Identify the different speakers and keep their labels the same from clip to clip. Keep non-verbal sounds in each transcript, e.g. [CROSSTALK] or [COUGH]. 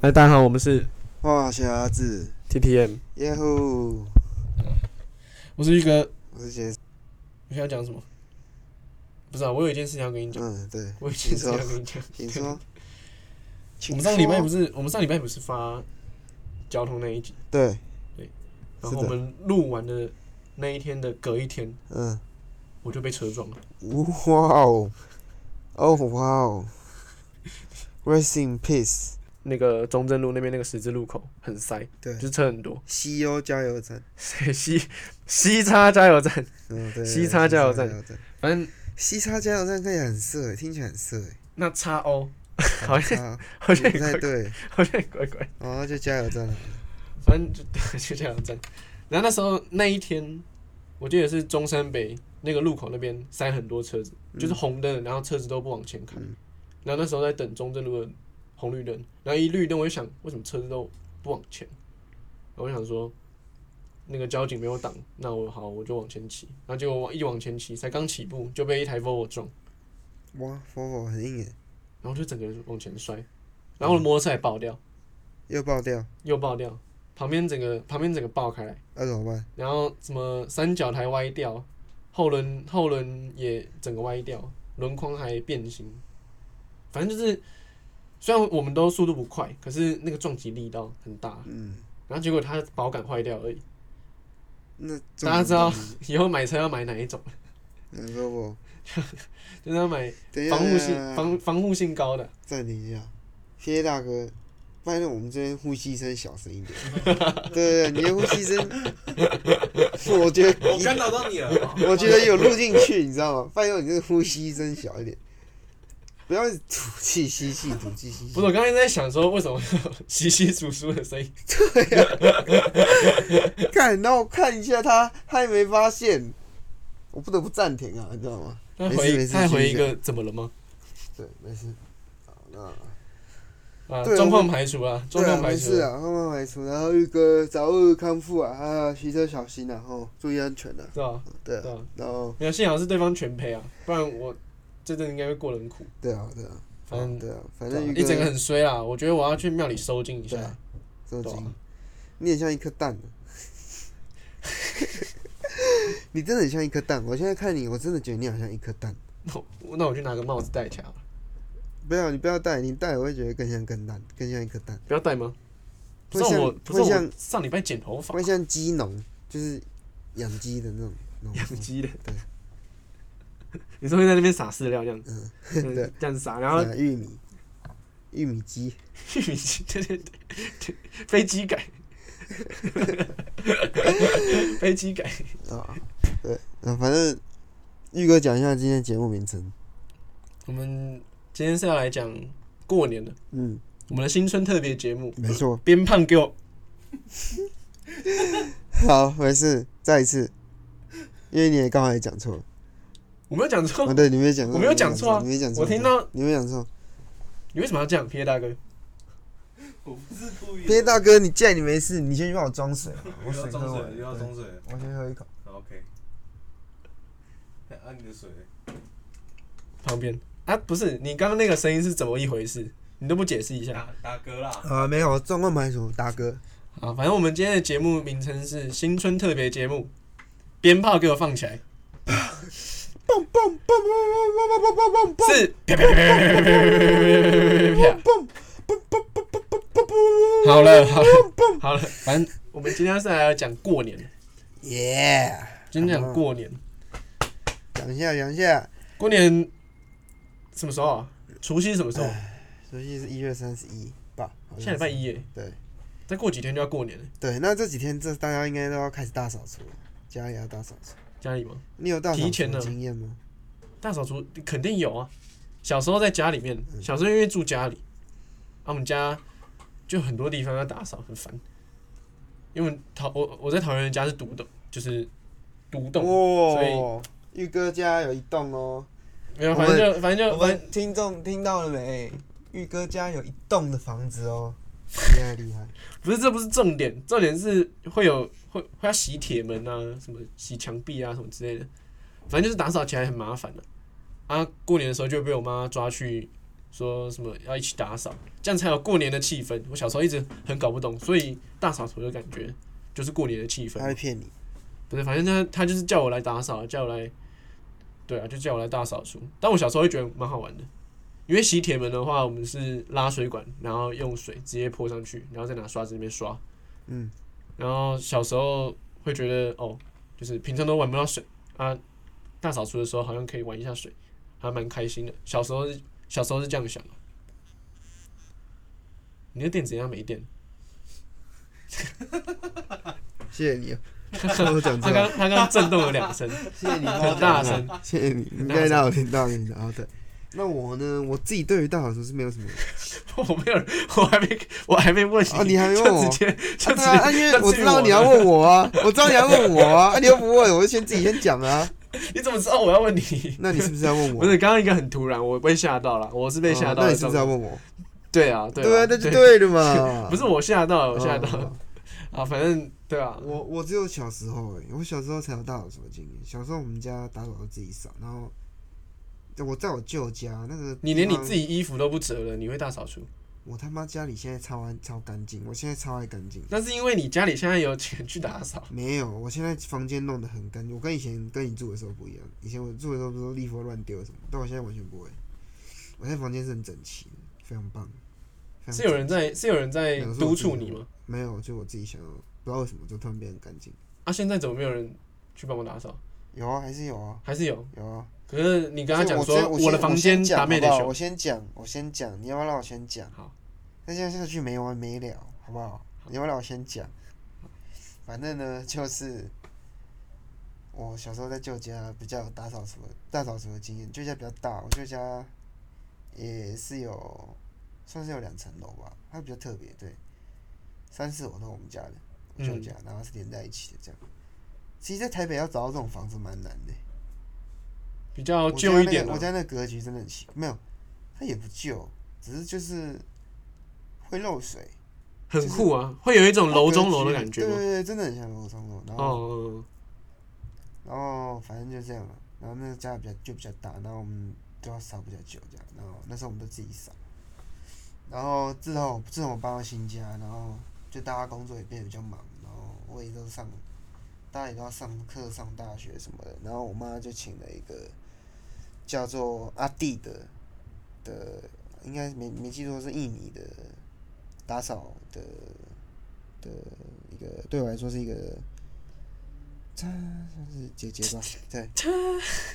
Speaker 1: 哎，大家好，我们是
Speaker 2: 话匣子，
Speaker 1: TTM，
Speaker 2: 耶呼！
Speaker 3: 我是玉哥，
Speaker 2: 我是杰，
Speaker 3: 你要讲什么？不是啊，我有一件事情要跟你讲，
Speaker 2: 嗯，对，
Speaker 3: 我有一件事情要跟你讲。
Speaker 2: 请说。
Speaker 3: 我
Speaker 2: 请
Speaker 3: 们上礼拜不
Speaker 2: 是
Speaker 3: 是，我们上礼拜不是发交通那一集，
Speaker 2: 对，
Speaker 3: 然后我们录完的那一天的隔一天，
Speaker 2: 嗯，
Speaker 3: 我就被车撞了。
Speaker 2: 哇哦，哦哇哦，Rest in peace。
Speaker 1: 那个中正路那边那个十字路口很塞，
Speaker 2: 对
Speaker 1: 就是车很多。 [LAUGHS]
Speaker 2: 西欧加油站，
Speaker 1: 谁西西叉加油站，
Speaker 2: 嗯，对，
Speaker 1: 西叉加油站
Speaker 2: 站，
Speaker 1: 反正
Speaker 2: 西叉加油站看起来很色欸，听起来很色欸，
Speaker 3: 那叉哦 O
Speaker 2: 好
Speaker 1: [LAUGHS] 好
Speaker 2: 像
Speaker 1: 好
Speaker 2: 不
Speaker 1: 像也
Speaker 2: 太
Speaker 1: 怪，
Speaker 2: 对，
Speaker 1: 好像也怪怪。
Speaker 2: 哦，那就加油站了，
Speaker 3: 反正就就这样站。然后那时候那一天，我记得是中山北那个路口那边塞很多车子，就是红灯，然后车子都不往前开。然后那时候在等中正路的红绿灯，然后一绿灯我就想，为什么车子都不往前？然后我想说，那个交警没有挡，那我好我就往前骑。然后结果我一往前骑，才刚起步就被一台 Volvo 撞，
Speaker 2: 哇，Volvo 很硬耶，欸
Speaker 3: 然后我就整个人往前摔，然后我的摩托车也爆掉，
Speaker 2: 又爆掉，
Speaker 3: 又爆掉，旁边整个旁边整个爆开来。
Speaker 2: 那怎么办？
Speaker 3: 然后什么三角台歪掉，后轮后轮也整个歪掉，轮框还变形，反正就是虽然我们都速度不快，可是那个撞击力道很大，
Speaker 2: 嗯，
Speaker 3: 然后结果它保杆坏掉而已。
Speaker 2: 那
Speaker 3: 大家知道 [LAUGHS] 以后买车要买哪一种？
Speaker 2: 嗯，Volvo，
Speaker 3: 就是要买
Speaker 2: 等一下，
Speaker 3: 防护
Speaker 2: 等一
Speaker 3: 性
Speaker 2: 下
Speaker 3: 防防护性高的。
Speaker 2: 暂停一下，谢谢大哥，拜托我们这边呼吸声小声一点。 [LAUGHS] 对对对，你的呼吸声，我觉
Speaker 3: [LAUGHS]
Speaker 2: 得
Speaker 4: 干扰到你了。
Speaker 2: 我觉得有录进去，你知道吗？拜托你这个呼吸声小一点，不要一直吐气吸气吐气吸
Speaker 3: 不
Speaker 2: 气
Speaker 3: 是，。我刚才在想说，为什么 [LAUGHS] 会有稀稀疏疏的声音？
Speaker 2: 看，然后我看一下他，他也没发现，我不得不暂停啊，你知道吗？
Speaker 3: 他
Speaker 2: 没事没
Speaker 3: 回
Speaker 2: 事
Speaker 3: 他
Speaker 2: 继
Speaker 3: 回
Speaker 2: 续
Speaker 3: 一个怎么了吗？
Speaker 2: 对，没事。好，那
Speaker 3: 啊，
Speaker 2: 对
Speaker 3: 状况
Speaker 2: 我
Speaker 3: 排除啊，状
Speaker 2: 对啊，
Speaker 3: 况排
Speaker 2: 没
Speaker 3: 除
Speaker 2: 事。啊，慢慢排除。然后玉哥早日康复啊，啊，骑车小心啊，哦，注意安全啊。
Speaker 3: 是吧？
Speaker 2: 对
Speaker 3: 对
Speaker 2: 啊，
Speaker 3: 啊。
Speaker 2: 然后。
Speaker 3: 没有，幸好是对方全赔啊，不然我这阵应该会过得很苦。
Speaker 2: 对啊，对啊，
Speaker 3: 反正
Speaker 2: 对啊，反
Speaker 3: 对啊
Speaker 2: 正
Speaker 3: 一整个很衰啊，我觉得我要去庙里收金一
Speaker 2: 对
Speaker 3: 下
Speaker 2: 啊。周
Speaker 3: 对
Speaker 2: 金
Speaker 3: 啊，
Speaker 2: 你很像一颗蛋啊 [LAUGHS] 你真的很像一颗蛋。我现在看你，我真的觉得你好像一颗蛋。
Speaker 3: 那我那我去拿个帽子戴起来好了。
Speaker 2: 不要，你不要戴，你戴我会觉得更像根蛋，更像一颗蛋，
Speaker 3: 不要戴吗？不
Speaker 2: 会
Speaker 3: 是
Speaker 2: 像
Speaker 3: 我，不
Speaker 2: 会
Speaker 3: 是我
Speaker 2: 像
Speaker 3: 上礼拜剪头发
Speaker 2: 会，
Speaker 3: [LAUGHS]
Speaker 2: 像鸡农，就是养鸡的那种那种。 [LAUGHS]
Speaker 1: 养鸡的，你说会在那边撒饲料这样，
Speaker 2: 嗯，
Speaker 1: 嗯
Speaker 2: 对，
Speaker 1: 这样撒，然后
Speaker 2: 养玉米，玉米鸡，
Speaker 3: 玉米鸡，对对对，对飞机改， [LAUGHS] 飞机改。
Speaker 2: 啊，对，嗯，反正玉哥讲一下今天节目名称。
Speaker 3: 我们今天是要来讲过年的，
Speaker 2: 嗯，
Speaker 3: 我们的新春特别节目。
Speaker 2: 没错。
Speaker 3: 边胖给我，
Speaker 2: 好，没事，再一次，因为你也刚好也讲错了。
Speaker 3: 我没有讲 [LAUGHS]
Speaker 2: 啊，
Speaker 3: 错，
Speaker 2: 对，你没有讲错，
Speaker 3: 我没有讲错啊
Speaker 2: 你没讲错，
Speaker 3: 我听到
Speaker 2: 你没讲错。
Speaker 3: 你为什么要这样，皮耶大哥？
Speaker 4: 我不是故意的。
Speaker 2: 偏大哥，你既然你没事，你先去帮我装
Speaker 4: [LAUGHS]
Speaker 2: 水，我
Speaker 4: 又要
Speaker 2: 水
Speaker 4: 装
Speaker 2: 喝
Speaker 4: 水
Speaker 2: 完
Speaker 4: 了，
Speaker 2: 了，
Speaker 4: 又要装水了。
Speaker 2: 对我先喝一口。
Speaker 4: 好 OK。哎按你的水，
Speaker 3: 旁边啊，不是你刚刚那个声音是怎么一回事？你都不解释一下
Speaker 4: 大大哥啦，
Speaker 2: 啊，没有，状况排除，大
Speaker 3: [LAUGHS]
Speaker 2: 哥。
Speaker 3: 啊！反正我们今天的节目名称是新春特别节目，鞭炮给我放起来，
Speaker 2: 蹦蹦蹦蹦蹦蹦蹦蹦蹦蹦
Speaker 3: 是啪啪啪啪啪啪啪啪啪
Speaker 2: 蹦蹦蹦蹦蹦蹦蹦蹦。
Speaker 3: 好了好了好了，反正我们今天是来讲过年，
Speaker 2: 耶！
Speaker 3: 今天讲过年，
Speaker 2: 讲一下，讲一下。
Speaker 3: 过年什么时候啊？除夕什么时候？
Speaker 2: 所以是一月三十一吧？好像是
Speaker 3: 下礼拜。一耶，
Speaker 2: 对
Speaker 3: 再过几天就要过年了，
Speaker 2: 对，那这几天这大家应该都要开始大扫除了，家里要大扫除。
Speaker 3: 家里吗？
Speaker 2: 你有大扫
Speaker 3: 提前
Speaker 2: 除的
Speaker 3: 了
Speaker 2: 经验吗？
Speaker 3: 大扫除肯定有啊。小时候在家里面，
Speaker 2: 嗯
Speaker 3: 小时候因为住家里，啊，我们家就很多地方要打扫，很烦。因为桃我我在桃园的家是独栋，就是独栋，
Speaker 2: 哦
Speaker 3: 所以
Speaker 2: 哇，玉哥家有一栋哦。
Speaker 3: 没有，
Speaker 2: 我
Speaker 3: 反
Speaker 2: 们
Speaker 3: 正就反正
Speaker 2: 我
Speaker 3: 就反正
Speaker 2: 们听众听到了没？玉哥家有一栋的房子哦，
Speaker 3: [LAUGHS]
Speaker 2: 厉害厉害。
Speaker 3: 不是这不是重点，重点是会有会会要洗铁门啊，什么洗墙壁啊什么之类啊的，反正就是打扫起来很麻烦的啊。过年的时候就被我妈抓去说什么要一起打扫，这样才有过年的气氛。我小时候一直很搞不懂，所以大扫除的感觉就是过年的气氛
Speaker 2: 他。会骗你。
Speaker 3: 不是，反正他他就是叫我来打扫，叫我来，对啊，就叫我来大扫除。但我小时候会觉得蛮好玩的，因为洗铁门的话，我们是拉水管，然后用水直接泼上去，然后再拿刷子那边刷。
Speaker 2: 嗯，
Speaker 3: 然后小时候会觉得哦，就是平常都玩不到水啊，大扫除的时候好像可以玩一下水，还蛮开心的。小时候是小时候是这样想的。你的电怎样没电？
Speaker 2: 谢谢你
Speaker 3: [LAUGHS]
Speaker 2: 哦，跟我讲
Speaker 3: 他
Speaker 2: 这
Speaker 3: 刚
Speaker 2: 个，
Speaker 3: 他刚震动了两声，
Speaker 2: 谢谢你帮我
Speaker 3: 很
Speaker 2: 讲
Speaker 3: 大
Speaker 2: 这个
Speaker 3: 声。
Speaker 2: 谢谢你，应该让我听到你的。好的，那我呢？我自己对于大扫除是没
Speaker 3: [LAUGHS]
Speaker 2: 有什么
Speaker 3: 我没有，我还没，我还没问你，
Speaker 2: 啊你还没问我
Speaker 3: 就直接
Speaker 2: 啊
Speaker 3: 就直
Speaker 2: 对
Speaker 3: 接，
Speaker 2: 啊，啊因为
Speaker 3: 就
Speaker 2: 我
Speaker 3: 至于
Speaker 2: 知道你要
Speaker 3: 了，
Speaker 2: 问我啊，我知道你要问我啊，
Speaker 3: [LAUGHS]
Speaker 2: 啊你又不问，我就先自己先讲啊。
Speaker 3: 你怎么知道我要问你？
Speaker 2: 那你是不是要
Speaker 3: [LAUGHS]
Speaker 2: 问我？
Speaker 3: 不是刚刚一个很突然，我被吓到了，我是被吓
Speaker 2: 哦
Speaker 3: 到
Speaker 2: 那
Speaker 3: 了
Speaker 2: 你是不是要问我？
Speaker 3: 对啊，对
Speaker 2: 对
Speaker 3: 啊，
Speaker 2: 啊，那就对了
Speaker 3: [LAUGHS]
Speaker 2: 嘛。
Speaker 3: 不是我吓到了，我吓到
Speaker 2: 哦
Speaker 3: 了 [LAUGHS] 啊，反正对啊，
Speaker 2: 我我只有小时候哎、我小时候才有大扫除的经验。小时候我们家打扫都自己扫，然后我在我舅家那个，
Speaker 3: 你连你自，己衣服都不折了，你会大扫除？
Speaker 2: 我他妈家里现在超安超干净，我现在超爱干净。
Speaker 3: 那是因为你家里现在有钱去打
Speaker 2: [LAUGHS]
Speaker 3: 扫，
Speaker 2: 没有，我现在房间弄得很干净。我跟以前跟你住的时候不一样，以前我住的时候不是说立佛乱丢什么，但我现在完全不会。我现在房间是很整齐的，非常棒。非常
Speaker 3: 是有人
Speaker 2: 整齐
Speaker 3: 在是有人在
Speaker 2: 没有是我
Speaker 3: 督
Speaker 2: 自己
Speaker 3: 促你
Speaker 2: 弄
Speaker 3: 吗？
Speaker 2: 没有？就我自己想要，不知道为什么就突然变得很干净。
Speaker 3: 啊，现在怎么没有人去帮我打扫？
Speaker 2: 有啊，还是有啊，
Speaker 3: 还是有，
Speaker 2: 有啊。
Speaker 3: 可是你跟他讲
Speaker 2: 所以
Speaker 3: 说
Speaker 2: 我先我先
Speaker 3: 的房间
Speaker 2: 我先讲
Speaker 3: 打妹的
Speaker 2: 好不好
Speaker 3: 熊
Speaker 2: 我，先讲，我先讲，你要不要让我先讲？
Speaker 3: 好，
Speaker 2: 那这样下去没完没了，好不好？你要不要让我先讲？反正呢，就是我小时候在舅家比较有打扫除的大扫除的经验，舅家比较大，我舅家也是有算是有两层楼吧，它比较特别，对，三四楼都我们家的，我舅
Speaker 3: 嗯
Speaker 2: 家，然后是连在一起的这样。其实，在台北要找到这种房子蛮难的、
Speaker 3: 比较
Speaker 2: 我家
Speaker 3: 哦旧一
Speaker 2: 那
Speaker 3: 点啊
Speaker 2: 个
Speaker 3: 了
Speaker 2: 我。家那个格局真的很奇，没有，它也不旧，只是就是会漏水，
Speaker 3: 很酷啊，会有一种楼中楼的感觉
Speaker 2: 哦对
Speaker 3: 吗？
Speaker 2: 对对，真的很像楼中楼。然后、
Speaker 3: 哦，
Speaker 2: 然后反正就这样了。然后那个家比较就比较大，然后我们都要扫比较久这样。然后那时候我们都自己扫。然后自从我自从我搬到新家，然后就大家工作也变得比较忙，然后我也都上，大家也都要上课、上大学什么的。然后我妈就请了一个叫做阿弟的的，应该没没记错是印尼的打扫的的一个，对我来说是一个是姐姐吧？对，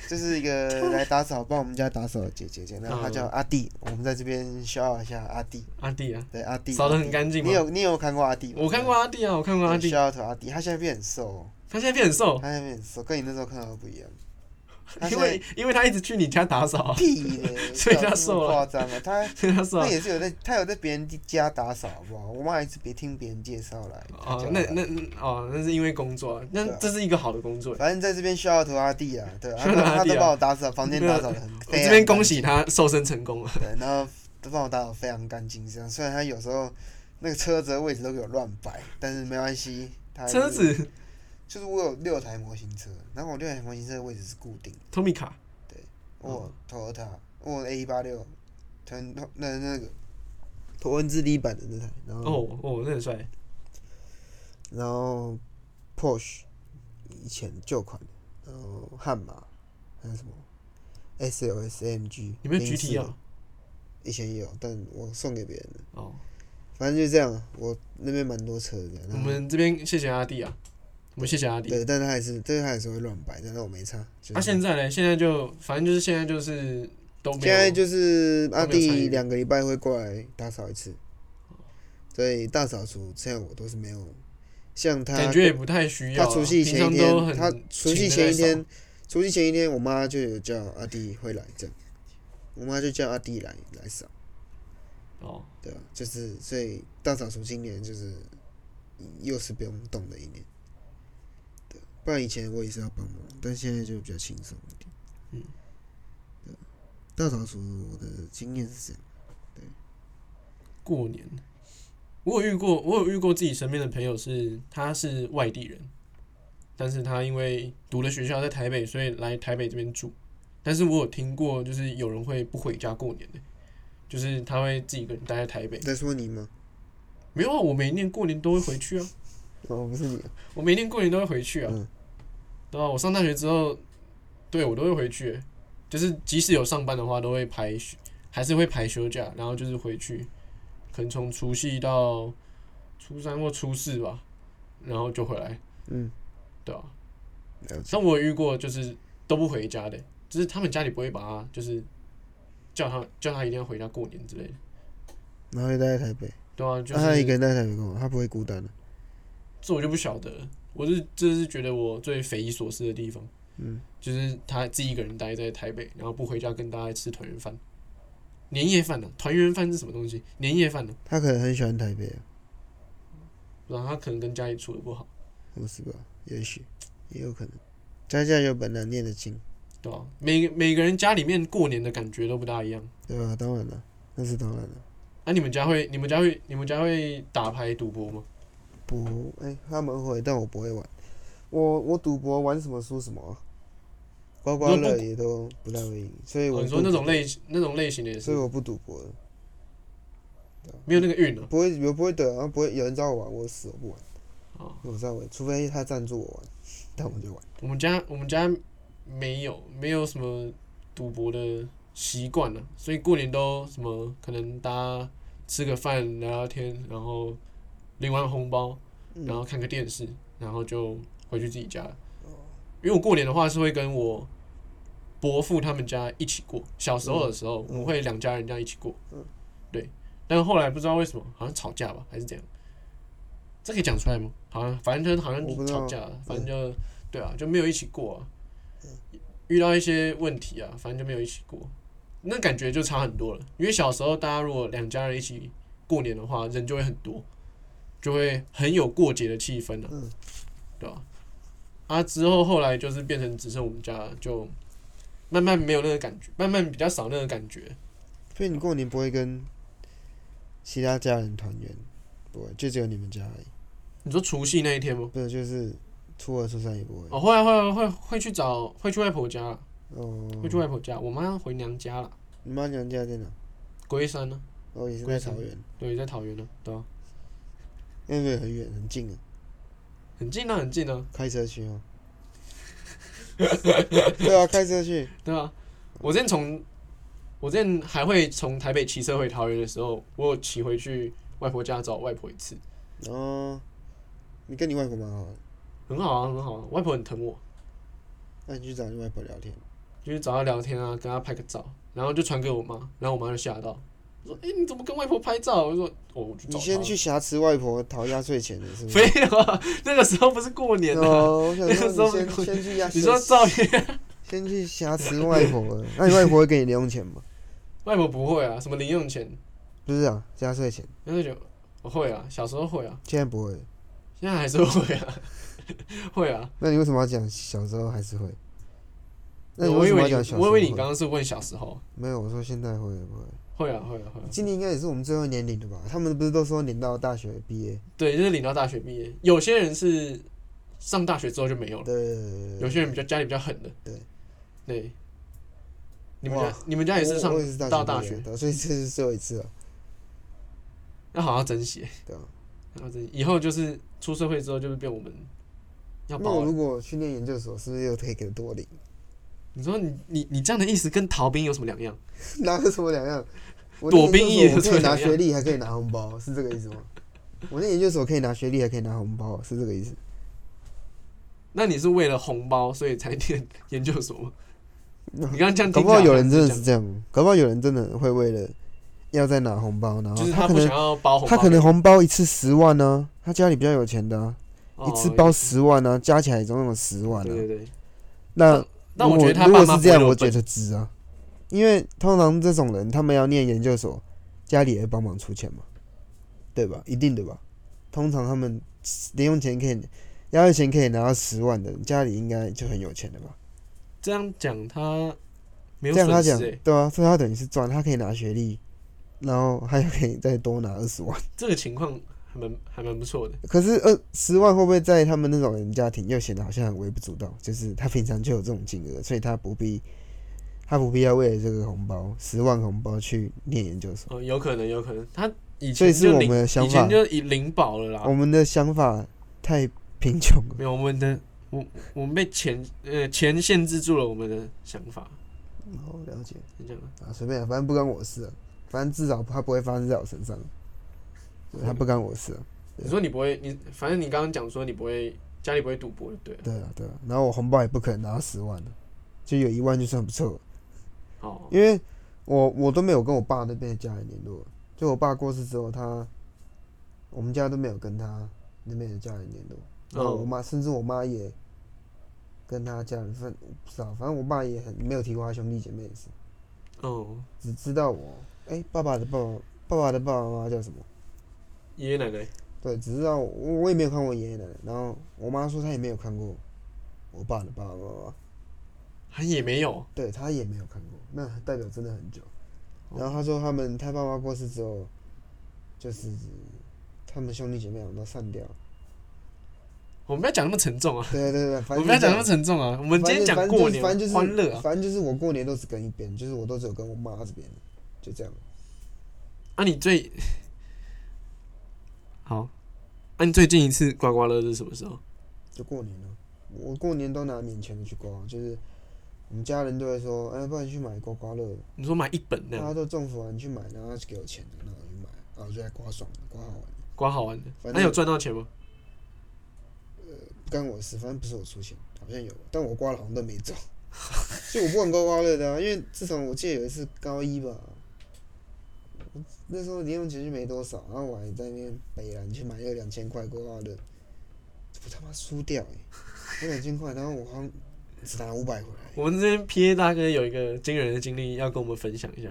Speaker 2: 就是一个来打扫帮我们家打扫的姐姐姐，然后她叫阿弟，我们在这边笑一下阿弟，
Speaker 3: 阿弟啊，
Speaker 2: 对阿弟
Speaker 3: 扫得很干净吗
Speaker 2: 你有你有看过阿弟吗？
Speaker 3: 我看过阿弟啊，我看过阿弟，
Speaker 2: 笑头阿弟，他现在变很瘦哦，
Speaker 3: 他现在变很瘦
Speaker 2: 他，现在变很瘦，跟你那时候看到的不一样。他
Speaker 3: 因
Speaker 2: 现在
Speaker 3: 为因为他一直去你家打扫
Speaker 2: [LAUGHS]
Speaker 3: 啊，
Speaker 2: 屁嘞，
Speaker 3: [LAUGHS] 所以他瘦了
Speaker 2: 夸张
Speaker 3: [LAUGHS]
Speaker 2: 啊！他
Speaker 3: 所以他瘦啊
Speaker 2: 他。也是有在，他有在别人家打扫，好不好？我妈也是别听别人介绍来。
Speaker 3: 哦，
Speaker 2: 讲
Speaker 3: 那
Speaker 2: 来
Speaker 3: 那哦，那是因为工作啊，那
Speaker 2: 对啊
Speaker 3: 这是一个好的工作。欸
Speaker 2: 反正在这边笑头阿弟啊，对，他
Speaker 3: 笑 [LAUGHS] 头阿弟啊
Speaker 2: 他都帮我打扫房间，打扫的很。
Speaker 3: [LAUGHS] 我这边恭
Speaker 2: 喜。
Speaker 3: 喜他瘦身成功了，啊
Speaker 2: 对，然后都帮我打扫非常干净，这样虽然他有时候那个车子的位置都给我乱摆，但是没关系，他还是
Speaker 3: 车子
Speaker 2: 就是我有六台模型车，然后我六台模型车的位置是固定的，
Speaker 3: 托米卡嗯
Speaker 2: 我有 Toyota，我 A 一八六，那那那个头文字 D 版的那台，然后、
Speaker 3: 哦哦，那很帅，
Speaker 2: 然后 Porsche 以前旧款的，然后悍马还有什么 SLS MG，
Speaker 3: 有没有 GT
Speaker 2: 04的
Speaker 3: 啊？
Speaker 2: 以前也有，但我送给别人的。
Speaker 3: 哦，
Speaker 2: 反正就这样，我那边蛮多车的。然
Speaker 3: 我
Speaker 2: 后
Speaker 3: 们这边谢谢阿弟啊，我们谢谢阿弟。
Speaker 2: 嗯对，但他还是，对，他还是会乱摆，但是我没差。就是
Speaker 3: 啊，现在呢？现在就反正就是现在就是都没
Speaker 2: 现在
Speaker 3: 有，
Speaker 2: 就是阿
Speaker 3: 都没有参与
Speaker 2: 弟两个礼拜会过来打扫一次，所以大扫除现在我都是没有像他，
Speaker 3: 感觉也不太需要
Speaker 2: 啊他
Speaker 3: 啊。
Speaker 2: 除夕
Speaker 3: 平
Speaker 2: 前
Speaker 3: 常
Speaker 2: 一
Speaker 3: 都
Speaker 2: 天，
Speaker 3: 很
Speaker 2: 他除
Speaker 3: 勤地
Speaker 2: 夕前
Speaker 3: 在
Speaker 2: 一
Speaker 3: 扫
Speaker 2: 天，除夕前一天，我妈就有叫阿弟会来这样，我妈就叫阿弟来来扫，
Speaker 3: 哦，
Speaker 2: 对吧？就是所以大扫除今年就是又是不用动的一年，对，不然以前我也是要帮忙，但现在就比较轻松一点。
Speaker 3: 嗯，
Speaker 2: 对，啊大扫除我的经验是这样，
Speaker 3: 过年，我有遇过，我有遇过自己身边的朋友是他是外地人，但是他因为读的学校在台北，所以来台北这边住。但是我有听过，就是有人会不回家过年的、就是他会自己一个人待在台北。
Speaker 2: 在说你吗？
Speaker 3: 没有啊，我每年过年都会回去啊，
Speaker 2: 哦，不是你，
Speaker 3: 我每年过年都会回去啊。
Speaker 2: 嗯
Speaker 3: 对啊，我上大学之后，对我都会回去欸，就是即使有上班的话，都会排休，还是会排休假，然后就是回去，可能从除夕到初三或初四吧，然后就回来。
Speaker 2: 嗯，
Speaker 3: 对啊，
Speaker 2: 了解。
Speaker 3: 但我有遇过就是都不回家的，就是他们家里不会把他就是叫他叫他一定要回家过年之类的。
Speaker 2: 然后就待在台北，
Speaker 3: 对啊，就
Speaker 2: 那他一
Speaker 3: 是
Speaker 2: 个人待在台北干嘛？他不会孤单的。
Speaker 3: 这我就不晓得了，我是这是觉得我最匪夷所思的地方，
Speaker 2: 嗯，
Speaker 3: 就是他自己一个人待在台北，然后不回家跟大家吃团圆饭，年夜饭呢、哦团圆饭是什么东西？年夜饭呢、哦
Speaker 2: 他可能很喜欢台北啊，
Speaker 3: 然后他可能跟家里处的不好，
Speaker 2: 不是吧？也许，也有可能。家家有本难念的经，
Speaker 3: 对吧、每每个人家里面过年的感觉都不大一样。
Speaker 2: 对吧？当然了，那是当然了。
Speaker 3: 那、你们家会你们家会你们家会打牌赌博吗？
Speaker 2: 不，哎、他们会，但我不会玩。我我赌博玩什么输什么啊、刮刮乐也都不太会赢，所以
Speaker 3: 哦、
Speaker 2: 我不、
Speaker 3: 你说那种类那种类型的也是
Speaker 2: 所以我不赌博了，
Speaker 3: 没有那个运哦了、
Speaker 2: 不会有不会得，然后不会有人找我玩，我死我不玩，
Speaker 3: 哦
Speaker 2: 我知道玩，除非他赞助我玩，但我就玩。
Speaker 3: 我们家我们家没有没有什么赌博的习惯了，所以过年都什么可能大家吃个饭聊聊天，然后领完红包，
Speaker 2: 嗯
Speaker 3: 然后看个电视，然后就回去自己家了。
Speaker 2: 哦
Speaker 3: 因为我过年的话是会跟我伯父他们家一起过，小时候的时
Speaker 2: 嗯
Speaker 3: 候、我们会两家人这样一起过，对。但后来不知道为什么好像吵架吧，还是怎样？这可以讲出来吗？好像反正就好像
Speaker 2: 我
Speaker 3: 就
Speaker 2: 不知道嗯
Speaker 3: 吵架了，反正就。对啊，就没有一起过啊。遇到一些问题啊，反正就没有一起过，那感觉就差很多了。因为小时候大家如果两家人一起过年的话，人就会很多，就会很有过节的气氛啊，
Speaker 2: 嗯
Speaker 3: 对吧、啊？之后后来就是变成只剩我们家，就慢慢没有那个感觉，慢慢比较少那个感觉。
Speaker 2: 所以你过年不会跟其他家人团圆，不会，就只有你们家而已。
Speaker 3: 你说除夕那一天吗？
Speaker 2: 不是，就是初二、初三也不会。
Speaker 3: 哦，会啊会啊会会去找会去外婆家了，
Speaker 2: 哦，
Speaker 3: 会去外婆家。我妈回娘家了，
Speaker 2: 你妈娘家在哪？
Speaker 3: 龟山呢、
Speaker 2: 哦，也是
Speaker 3: 龟
Speaker 2: 在
Speaker 3: 山
Speaker 2: 桃园，
Speaker 3: 对，在桃园呢、对啊，
Speaker 2: 那边很远，很近啊，
Speaker 3: 很近啊，很近啊。
Speaker 2: 开车去哦。 [LAUGHS] 对啊，开车去。
Speaker 3: 对啊，我之前从我之前还会从台北骑车回桃园的时候，我有骑回去外婆家找我外婆一次，
Speaker 2: 哦，你跟你外婆蛮好的，
Speaker 3: 很好啊，很好啊，外婆很疼我，
Speaker 2: 那你去找你外婆聊天。
Speaker 3: 就是找她聊天啊，跟她拍个照，然后就传给我妈，然后我妈就吓到，说：“哎、你怎么跟外婆拍照？”我就说：“哦，我去找
Speaker 2: 你
Speaker 3: 她 [LAUGHS]
Speaker 2: 先去挟持外婆讨压岁钱的是不是？
Speaker 3: 没有啊，那个时候不是过年啊，
Speaker 2: 哦，我想
Speaker 3: 那个时 [LAUGHS] 候
Speaker 2: 说你
Speaker 3: 不
Speaker 2: 先先去压，
Speaker 3: 你说照片， [LAUGHS]
Speaker 2: 先去挟持外婆了，那你外婆会给你零用钱吗？
Speaker 3: 外婆不会啊，什么零用钱，
Speaker 2: 不是啊，压岁钱
Speaker 3: 然后就我会啊，小时候会啊，
Speaker 2: 现在不会。
Speaker 3: 现在还是会啊， [LAUGHS] 会啊。”
Speaker 2: 那你为什么要讲小时候还是会？那你
Speaker 3: 我以
Speaker 2: 什么
Speaker 3: 为
Speaker 2: 要讲小时
Speaker 3: 你，
Speaker 2: 候
Speaker 3: 我
Speaker 2: 会？
Speaker 3: 以为你刚刚是问小时候，
Speaker 2: 没有，我说现在会不会？
Speaker 3: 会啊，会啊，会啊。
Speaker 2: 今年应该也是我们最后一年领的吧？他们不是都说领到大学毕业？
Speaker 3: 对，就是领到大学毕业。有些人是上大学之后就没有了，
Speaker 2: 对对对对
Speaker 3: 有些人比较家里比较狠的。
Speaker 2: 对，
Speaker 3: 对，你们家
Speaker 2: 哇
Speaker 3: 你们家也是上
Speaker 2: 我我也是
Speaker 3: 到
Speaker 2: 大
Speaker 3: 大
Speaker 2: 学
Speaker 3: 学
Speaker 2: 毕业，的，所以这是最后一次了。
Speaker 3: 要好好珍惜，
Speaker 2: 对啊，
Speaker 3: 要好好珍惜。以后就是出社会之后，就是变我们要
Speaker 2: 那
Speaker 3: 保
Speaker 2: 我
Speaker 3: 护。
Speaker 2: 如果去念研究所，是不是又可以给多领？ [LAUGHS]
Speaker 3: 你说你你你这样的意思跟逃兵有什么两样？
Speaker 2: 哪有什么两样？我
Speaker 3: 躲兵役
Speaker 2: 念研究所我
Speaker 3: 有
Speaker 2: 可
Speaker 3: 什么
Speaker 2: 以拿
Speaker 3: 两样
Speaker 2: 学历，还可以拿红包，是这个意思吗？我念研究所可以拿学历，还可以拿红包，是这个意思？
Speaker 3: 那你是为了红包所以才念研究所吗？你刚刚这样
Speaker 2: 搞
Speaker 3: 听起
Speaker 2: 不
Speaker 3: 来
Speaker 2: 好
Speaker 3: 好像
Speaker 2: 有人真的
Speaker 3: 这
Speaker 2: 是
Speaker 3: 样
Speaker 2: 这样，搞不好有人真的会为了要再拿红包，然后
Speaker 3: 就是
Speaker 2: 啊他可
Speaker 3: 不
Speaker 2: 能
Speaker 3: 想要包红包
Speaker 2: 他
Speaker 3: 给，
Speaker 2: 可能红包一次十万呢、他家里比较有钱的啊、
Speaker 3: 哦
Speaker 2: 一次包十万呢、加起来总共有十万
Speaker 3: 对
Speaker 2: 呢、
Speaker 3: 对对。
Speaker 2: 那
Speaker 3: 但
Speaker 2: 如
Speaker 3: 我觉
Speaker 2: 果
Speaker 3: 得他
Speaker 2: 如
Speaker 3: 爸
Speaker 2: 果
Speaker 3: 妈
Speaker 2: 是
Speaker 3: 不
Speaker 2: 这样，
Speaker 3: 会那么
Speaker 2: 我觉
Speaker 3: 笨
Speaker 2: 得值啊，因为通常这种人他们要念研究所，家里也会帮忙出钱嘛，对吧？一定的吧？通常他们零用钱可以、压岁钱可以拿到十万的，家里应该就很有钱了吧？
Speaker 3: 这样讲他没有
Speaker 2: 这样他
Speaker 3: 损
Speaker 2: 讲
Speaker 3: 失、欸，
Speaker 2: 对啊，所以他等于是赚，他可以拿学历，然后还可以再多拿二十万。
Speaker 3: 这个情况还蛮还蛮不错的。
Speaker 2: 可是二十万会不会在他们那种人家庭又显得好像很微不足道？就是他平常就有这种金额，所以他不必，他不必要为了这个红包十万红包去念研究所。
Speaker 3: 哦，有可能，有可能，他以
Speaker 2: 所以
Speaker 3: 前
Speaker 2: 是
Speaker 3: 就
Speaker 2: 我
Speaker 3: 领
Speaker 2: 们，的
Speaker 3: 以
Speaker 2: 想
Speaker 3: 前
Speaker 2: 法，
Speaker 3: 就以领啊饱了
Speaker 2: 我
Speaker 3: 啦。
Speaker 2: 们的想法太贫穷了。
Speaker 3: 没有，我们的，我我们被钱呃钱限制住了我们的想法，
Speaker 2: 哦，了解
Speaker 3: 是这样吗？
Speaker 2: 啊，随便啊，反正不关我的事啊，反正至少他不会发生在我身上，对他不干我的事啊。对
Speaker 3: 你说你不会，你反正你刚刚讲说你不会，家里不会赌博，对了。
Speaker 2: 对啊，对啊，然后我红包也不可能拿到十万的，啊就有一万就算不错了。
Speaker 3: 哦，
Speaker 2: 因为我我都没有跟我爸那边的家人联络，就我爸过世之后，他我们家都没有跟他那边的家人联络。然后
Speaker 3: 哦
Speaker 2: 我妈甚至我妈也跟他家人分，我不知道，反正我爸也很没有提过他兄弟姐妹的事，
Speaker 3: 哦，
Speaker 2: 只知道我哎、爸爸的爸爸爸爸的爸爸妈妈叫什么？
Speaker 3: 爷爷奶奶，
Speaker 2: 对，只知道我我也没有看过爷爷奶奶，然后我妈说她也没有看过我爸的爸爸妈妈。
Speaker 3: 他也没有，
Speaker 2: 对他也没有看过，那代表真的很久。
Speaker 3: 哦
Speaker 2: 然后他说他们他爸妈过世之后，就是他们兄弟姐妹好像都散
Speaker 3: [LAUGHS]
Speaker 2: 掉了。
Speaker 3: 我们不要讲那么沉重啊，
Speaker 2: 对对对，
Speaker 3: 我
Speaker 2: 反
Speaker 3: 们
Speaker 2: 正
Speaker 3: 不要
Speaker 2: 就
Speaker 3: 讲那
Speaker 2: 这
Speaker 3: 么
Speaker 2: 样
Speaker 3: 沉重啊，我们今天讲
Speaker 2: 反正就
Speaker 3: 过
Speaker 2: 是
Speaker 3: 年
Speaker 2: 反正就是
Speaker 3: 欢乐啊，
Speaker 2: 反正就是我过年都只跟一边，就是我都只有跟我妈这边，就这样。
Speaker 3: 啊，你最好，啊，你最近一次刮刮乐是什么时候？
Speaker 2: 就过年了，我过年都拿免钱的去刮，就是我们家人都会说，哎，不然你去买刮刮乐，
Speaker 3: 你说买一本那
Speaker 2: 大家
Speaker 3: 样，
Speaker 2: 都中伏啊，你去买，然后他就给我钱，然后我就买，然后我就在刮爽，刮好玩，
Speaker 3: 刮好玩的，
Speaker 2: 反正
Speaker 3: 那有赚到钱吗？
Speaker 2: 不干我的事，反正不是我出钱，好像有，但我刮了好像都没中。 [LAUGHS] 就我不玩刮刮乐的、啊，因为自从我记得有一次高一吧，我那时候零用钱就没多少，然后我还在那边北兰去买了两千块刮刮乐，我他妈输掉哎、欸，我两千块，然后我好像只拿五百回来，
Speaker 3: 我们这边 P A 大哥有一个惊人的经历要跟我们分享一下。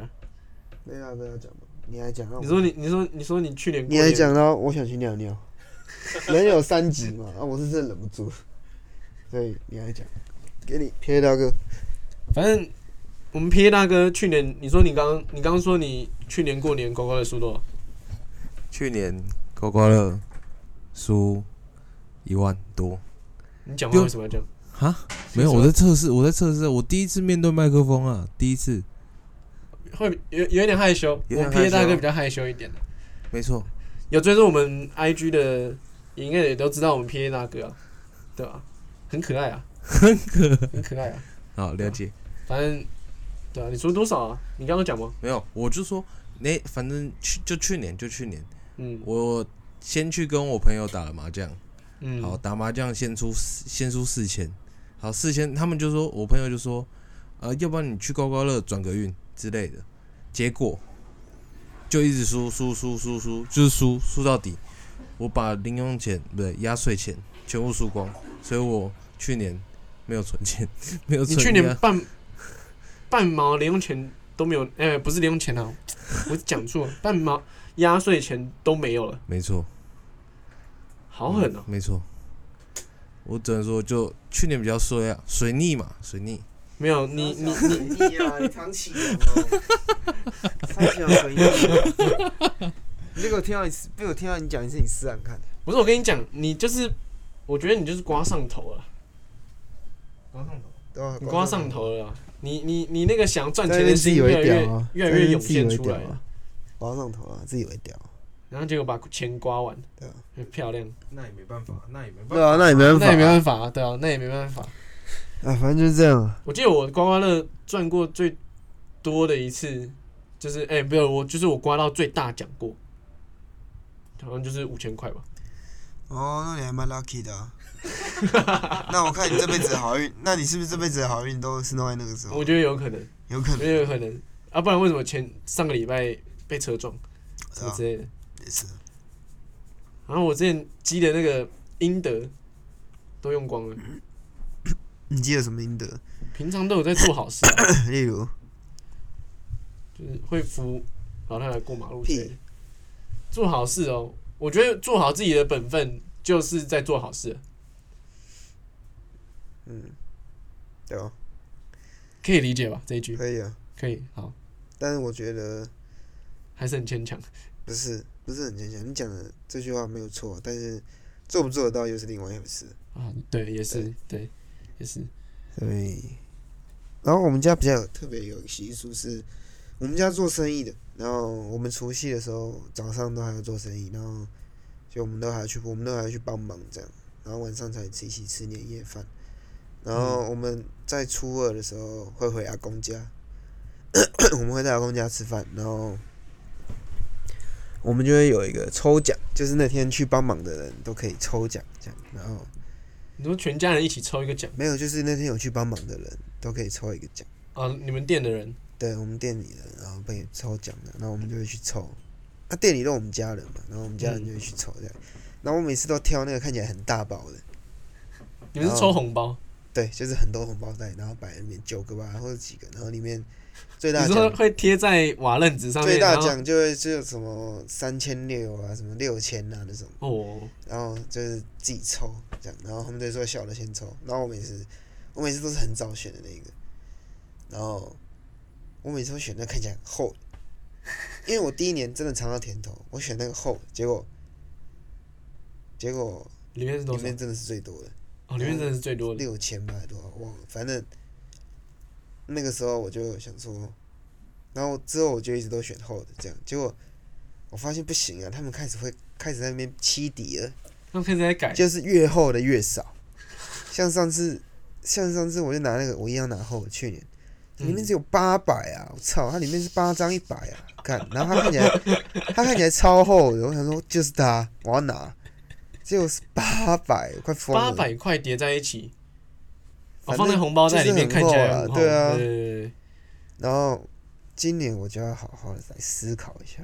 Speaker 2: 没啦，不要讲嘛，你还讲到
Speaker 3: 你说你，你说你说你去年过
Speaker 2: 你还
Speaker 3: 年，
Speaker 2: 讲到我想去尿尿，人有三级嘛，啊，我是真的忍不住，所以你还讲，给你撇大哥，
Speaker 3: 反正我们 P A 大哥去年，你说你刚你刚说你去年过年刮刮乐输多少？
Speaker 4: 去年刮刮乐输一万多，
Speaker 3: 你讲话
Speaker 4: 六
Speaker 3: 为什么要这样？
Speaker 4: 没有，我在测试，我在测试，我第一次面对麦克风啊，第一次，
Speaker 3: 会有有一点害羞，
Speaker 4: 有
Speaker 3: 我
Speaker 4: 点
Speaker 3: 们 P A
Speaker 4: 害羞
Speaker 3: 大哥比较害羞一点。
Speaker 4: 没错，
Speaker 3: 有追踪我们 I G 的，也应该也都知道我们 P A 大哥啊，对吧、很可爱啊，很可很可爱啊，
Speaker 4: 好了解，
Speaker 3: 反正对啊，你说多少啊？你刚刚讲吗？
Speaker 4: 没有，我就说，那反正去就去年就去年，
Speaker 3: 嗯
Speaker 4: 我先去跟我朋友打了麻将，
Speaker 3: 嗯，
Speaker 4: 好，打麻将先出四先出四千，好四千，他们就说我朋友就说，呃，要不然你去刮刮乐转个运之类的，结果就一直输输输输输，就是输输到底，我把零用钱不对压岁钱全部输光，所以我去年没有存钱， [LAUGHS] 没有
Speaker 3: 你
Speaker 4: 存
Speaker 3: 去年
Speaker 4: 压
Speaker 2: 啊
Speaker 3: 半半毛零用钱都没有，哎、不是零用钱啊，我讲错，了，半毛压岁钱都没有了，
Speaker 4: 没错，
Speaker 3: 好狠哦、
Speaker 4: 没错，我只能说就去年比较衰啊，水逆嘛，水逆。
Speaker 3: 没有，你你
Speaker 2: 你你啊，你唐启阳哦，唐启阳回忆。 [LAUGHS] 你这个我听到你被我听到你讲一次，你试看看。
Speaker 3: 不是我跟你讲，你就是，我觉得你就是刮上头了，
Speaker 2: 对啊
Speaker 3: 你刮上。头了啊，你你你那个想赚
Speaker 2: 在那
Speaker 3: 钱
Speaker 2: 边
Speaker 3: 的
Speaker 2: 自
Speaker 3: 心
Speaker 2: 以
Speaker 3: 越来
Speaker 2: 为屌
Speaker 3: 越
Speaker 2: 啊，
Speaker 3: 越来越涌现
Speaker 2: 在那边自以为
Speaker 3: 出
Speaker 2: 屌
Speaker 3: 来了。
Speaker 2: 啊，刮上头啊，自以为屌。
Speaker 3: 然后结果把钱刮完，
Speaker 2: 对啊
Speaker 3: 很漂亮。
Speaker 4: 那也没办法，那也没
Speaker 2: 对啊，那也没办法，
Speaker 3: 那也没办法、啊，对啊，那也没办法。
Speaker 2: 啊，反正就是这样啊。
Speaker 3: 我记得我刮刮乐赚过最多的一次，就是哎、没有，我就是我刮到最大奖过，好像就是五千块吧。
Speaker 2: 哦，那你还蛮 lucky 的、啊。 [LAUGHS] 那我看你这辈子的好运，那你是不是这辈子的好运都是弄在那个时
Speaker 3: 我？觉得有可能，
Speaker 2: 有可
Speaker 3: 我觉得有可能啊，不然为什么前上个礼拜被车撞
Speaker 2: 啊
Speaker 3: 什么之类的？
Speaker 2: 也是。
Speaker 3: 然后我之前积的那个阴德都用光了，
Speaker 2: 你记得 [LAUGHS] 什么阴德？
Speaker 3: 平常都有在做好事、啊，
Speaker 2: 例如，
Speaker 3: 就是会扶老太太过马路之类的
Speaker 2: 屁，
Speaker 3: 做好事哦。我觉得做好自己的本分就是在做好事了，
Speaker 2: 嗯，对啊，
Speaker 3: 可以理解吧？这一句
Speaker 2: 可以啊，
Speaker 3: 可以，好，
Speaker 2: 但是我觉得。
Speaker 3: 还是很牵强。
Speaker 2: 不是，不是很牵强。你讲的这句话没有错，但是做不做得到又是另外一回事。
Speaker 3: 啊，对，也是，对，也是。
Speaker 2: 所以，然后我们家比较有特别有一个习俗是，嗯我们家做生意的，然后我们除夕的时候早上都还要做生意，然后就我们都还要去，我们都还要去帮忙这样，然后晚上才一起吃年夜饭。然后我们在初二的时候会回阿公家， [COUGHS] 我们会在阿公家吃饭，然后我们就会有一个抽奖，就是那天去帮忙的人都可以抽奖这样，然后
Speaker 3: 你说全家人一起抽一个奖
Speaker 2: 没有就是那天有去帮忙的人都可以抽一个奖。
Speaker 3: 啊？你们店的人
Speaker 2: 对我们店里人，然后被抽奖的，然后我们就会去抽。那、店里都我们家人嘛，然后我们家人就会去抽这样。然后我每次都挑那个看起来很大包的，
Speaker 3: 你
Speaker 2: 哦
Speaker 3: 们是抽红包？
Speaker 2: 对，就是很多红包袋，然后摆在里面九个吧或者几个，然后里面最大
Speaker 3: 你说
Speaker 2: 奖
Speaker 3: 会贴在瓦楞纸上面，
Speaker 2: 最大
Speaker 3: 然后
Speaker 2: 奖就会就有什么三千六啊，什么六千啊那种，
Speaker 3: 哦，
Speaker 2: 然后就是自己抽这样，然后他们就说小的先抽，然后我每次我每次都是很早选的那个，然后我每次都选那看起来很厚的，因为我第一年真的尝到甜头，我选那个厚的，结果结果
Speaker 3: 里面是
Speaker 2: 里
Speaker 3: 多少
Speaker 2: 面？真嗯的是最多的，
Speaker 3: 哦，里面真的是最多的。
Speaker 2: 六千吧还多少忘了，反正那个时候我就想说，然后之后我就一直都选厚的这样，结果我发现不行啊，他们开始会开始在那边欺敌了。
Speaker 3: 他们开始在改，
Speaker 2: 就是越厚的越少。像上次，像上次我就拿那个，我一样拿厚的，去年里
Speaker 3: 嗯
Speaker 2: 面只有八百啊！我操，它里面是八张一百啊！看，然后它看起来，它看起来超厚的，我想说就是它，我要拿，结果是八百，快疯了。
Speaker 3: 八百块叠在一起，哦，
Speaker 2: 反正
Speaker 3: 放在红包袋里面
Speaker 2: 就是很
Speaker 3: 看起来
Speaker 2: 厚啊
Speaker 3: 很厚。
Speaker 2: 对啊
Speaker 3: 对对对
Speaker 2: 然后今年我就要好好的来思考一下，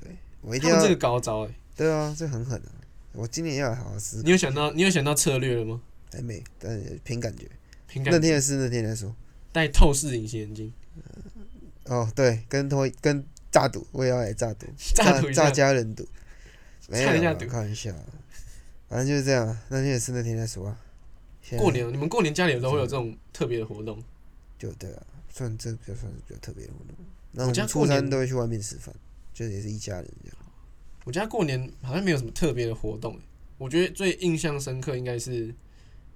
Speaker 2: 对我一定
Speaker 3: 他
Speaker 2: 要
Speaker 3: 们这个高招哎，
Speaker 2: 对啊，这很狠啊！我今年要好好思考，
Speaker 3: 你有想到你有想到策略了吗？
Speaker 2: 还没，但是凭感觉。
Speaker 3: 凭
Speaker 2: 嗯那
Speaker 3: 感
Speaker 2: 天的事那天再说。
Speaker 3: 戴透视隐形眼镜，
Speaker 2: 哦，对，跟偷跟诈赌，我也要来诈赌。
Speaker 3: 炸图一
Speaker 2: 炸
Speaker 3: 下，
Speaker 2: 家人赌，没有
Speaker 3: 炸一下
Speaker 2: 啦，
Speaker 3: 赌
Speaker 2: 开玩笑，反正就是这样啊。那天也是那天再说啊。现在
Speaker 3: 过年你们过年家里有时候会有这种特别的活动，
Speaker 2: 就对啊，算这比较算是比较特别的活动。那我
Speaker 3: 我家
Speaker 2: 们
Speaker 3: 过
Speaker 2: 初
Speaker 3: 年
Speaker 2: 三都会去外面吃饭，就是也是一家人这样。
Speaker 3: 我家过年好像没有什么特别的活动欸，我觉得最印象深刻应该是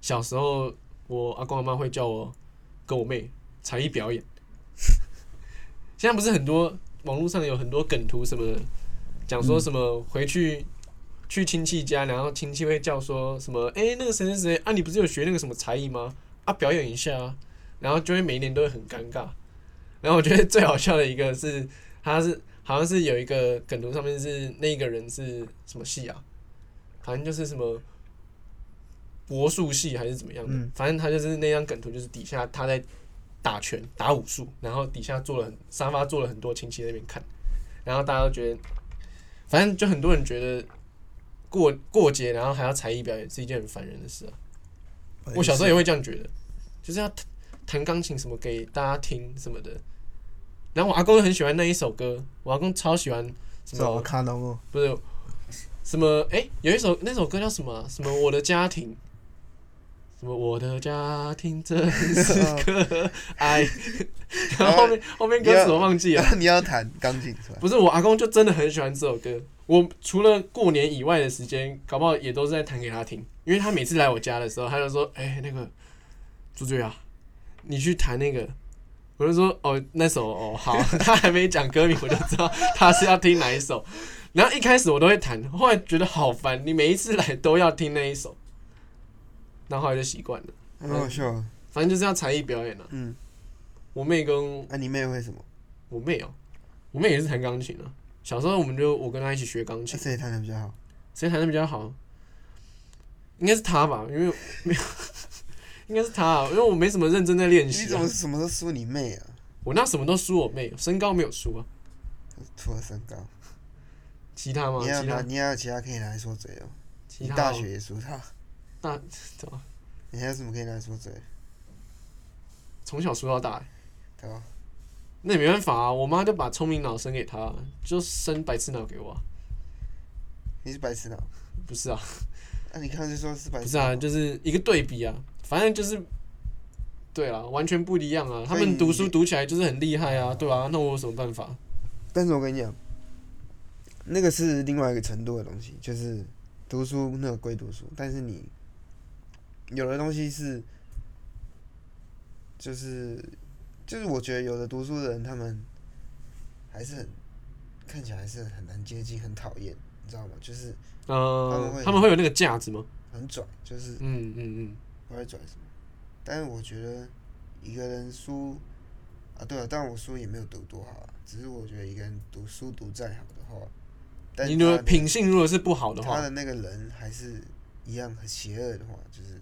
Speaker 3: 小时候我阿公阿妈会叫我跟我妹才艺表演。现在不是很多网络上有很多梗图什么的，讲说什么回去去亲戚家，然后亲戚会叫说什么，哎、那个谁谁谁啊，你不是有学那个什么才艺吗？啊，表演一下啊，然后就会每一年都会很尴尬。然后我觉得最好笑的一个是，他是好像是有一个梗图，上面是那个人是什么系啊？好像就是什么国术系还是怎么样的，反正他就是那张梗图，就是底下他在打拳打武术，然后底下坐了很沙发坐了很多亲戚在那边看，然后大家都觉得，反正就很多人觉得过过节然后还要才艺表演是一件很烦人的事啊。我小时候
Speaker 2: 哎
Speaker 3: 也会这样觉得，就是要弹弹钢琴什么给大家听什么的。然后我阿公很喜欢那一首歌，我阿公超喜欢什么
Speaker 2: 卡农 [LAUGHS] 哦，
Speaker 3: 不是什么哎、诶有一首那首歌叫什么啊、什么我的家庭，什么我的家庭真是
Speaker 2: 哦
Speaker 3: [LAUGHS] 个爱，哦哎然后后面后面歌词我忘记了。
Speaker 2: [LAUGHS] 你要弹钢琴出来，
Speaker 3: 不是我阿公就真的很喜欢这首歌，我除了过年以外的时间，搞不好也都是在弹给他听，因为他每次来我家的时候，他就说：“哎、那个朱朱啊，你去弹那个。”我就说：“哦，那首哦好。” [LAUGHS] 他还没讲歌名，我就知道他是要听哪一首。然后一开始我都会弹，后来觉得好烦，你每一次来都要听那一首，然后后来就习惯了。
Speaker 2: 很好笑啊。
Speaker 3: 反正就是要才艺表演了、啊
Speaker 2: 嗯，啊
Speaker 3: 我妹跟
Speaker 2: 那你妹会什么？
Speaker 3: 我妹哦、我妹也是弹钢琴啊。小时候我们就我跟她一起学钢琴，
Speaker 2: 谁弹的比较好？
Speaker 3: 谁弹的比较好？应该是他吧，因为没 [LAUGHS] 有，应该是他、啊，因为我没什么认真在练
Speaker 2: 你
Speaker 3: 习、
Speaker 2: 怎
Speaker 3: 啊
Speaker 2: 么。什么都输你妹啊？
Speaker 3: 我那什么都输我妹，身高没有输啊，
Speaker 2: 除了身高，
Speaker 3: 其他吗？
Speaker 2: 你要
Speaker 3: 哦其
Speaker 2: 拿
Speaker 3: 他
Speaker 2: 你要有其他可以拿来说嘴哦。
Speaker 3: 其
Speaker 2: 你
Speaker 3: 他哦
Speaker 2: 大学也输她，
Speaker 3: 大 [LAUGHS] 怎么
Speaker 2: 你还有什么可以拿来说嘴？
Speaker 3: 从小输到大欸、
Speaker 2: 对吧？
Speaker 3: 那也没办法啊，我妈就把聪明脑生给他，啊就生白痴脑给我、啊。
Speaker 2: 你是白痴脑，
Speaker 3: 不是啊，
Speaker 2: 那你刚刚就说是白痴。哦
Speaker 3: 不是啊，就是一个对比啊，反正就是，对啊，完全不一样啊。他
Speaker 2: 所以
Speaker 3: 们
Speaker 2: 你
Speaker 3: 读书读起来就是很厉害啊，对啊，那我有什么办法？
Speaker 2: 但是我跟你讲，那个是另外一个程度的东西，就是读书那个归读书，但是你有的东西是，就是就是我觉得有的读书的人，他们还是很看起来还是很难接近，很讨厌，你知道吗？就是
Speaker 3: 呃，
Speaker 2: 他
Speaker 3: 他们
Speaker 2: 们会
Speaker 3: 会有那个架子吗？
Speaker 2: 很拽，就是
Speaker 3: 嗯嗯
Speaker 2: 不会拽什么。但是我觉得一个人书啊，对啊，但我书也没有读多好啊，只是我觉得一个人读书读再好的话，但
Speaker 3: 嗯，你如果
Speaker 2: 他的
Speaker 3: 品性如果是不好的
Speaker 2: 他
Speaker 3: 话，
Speaker 2: 的那个人还是一样很邪恶的话，就是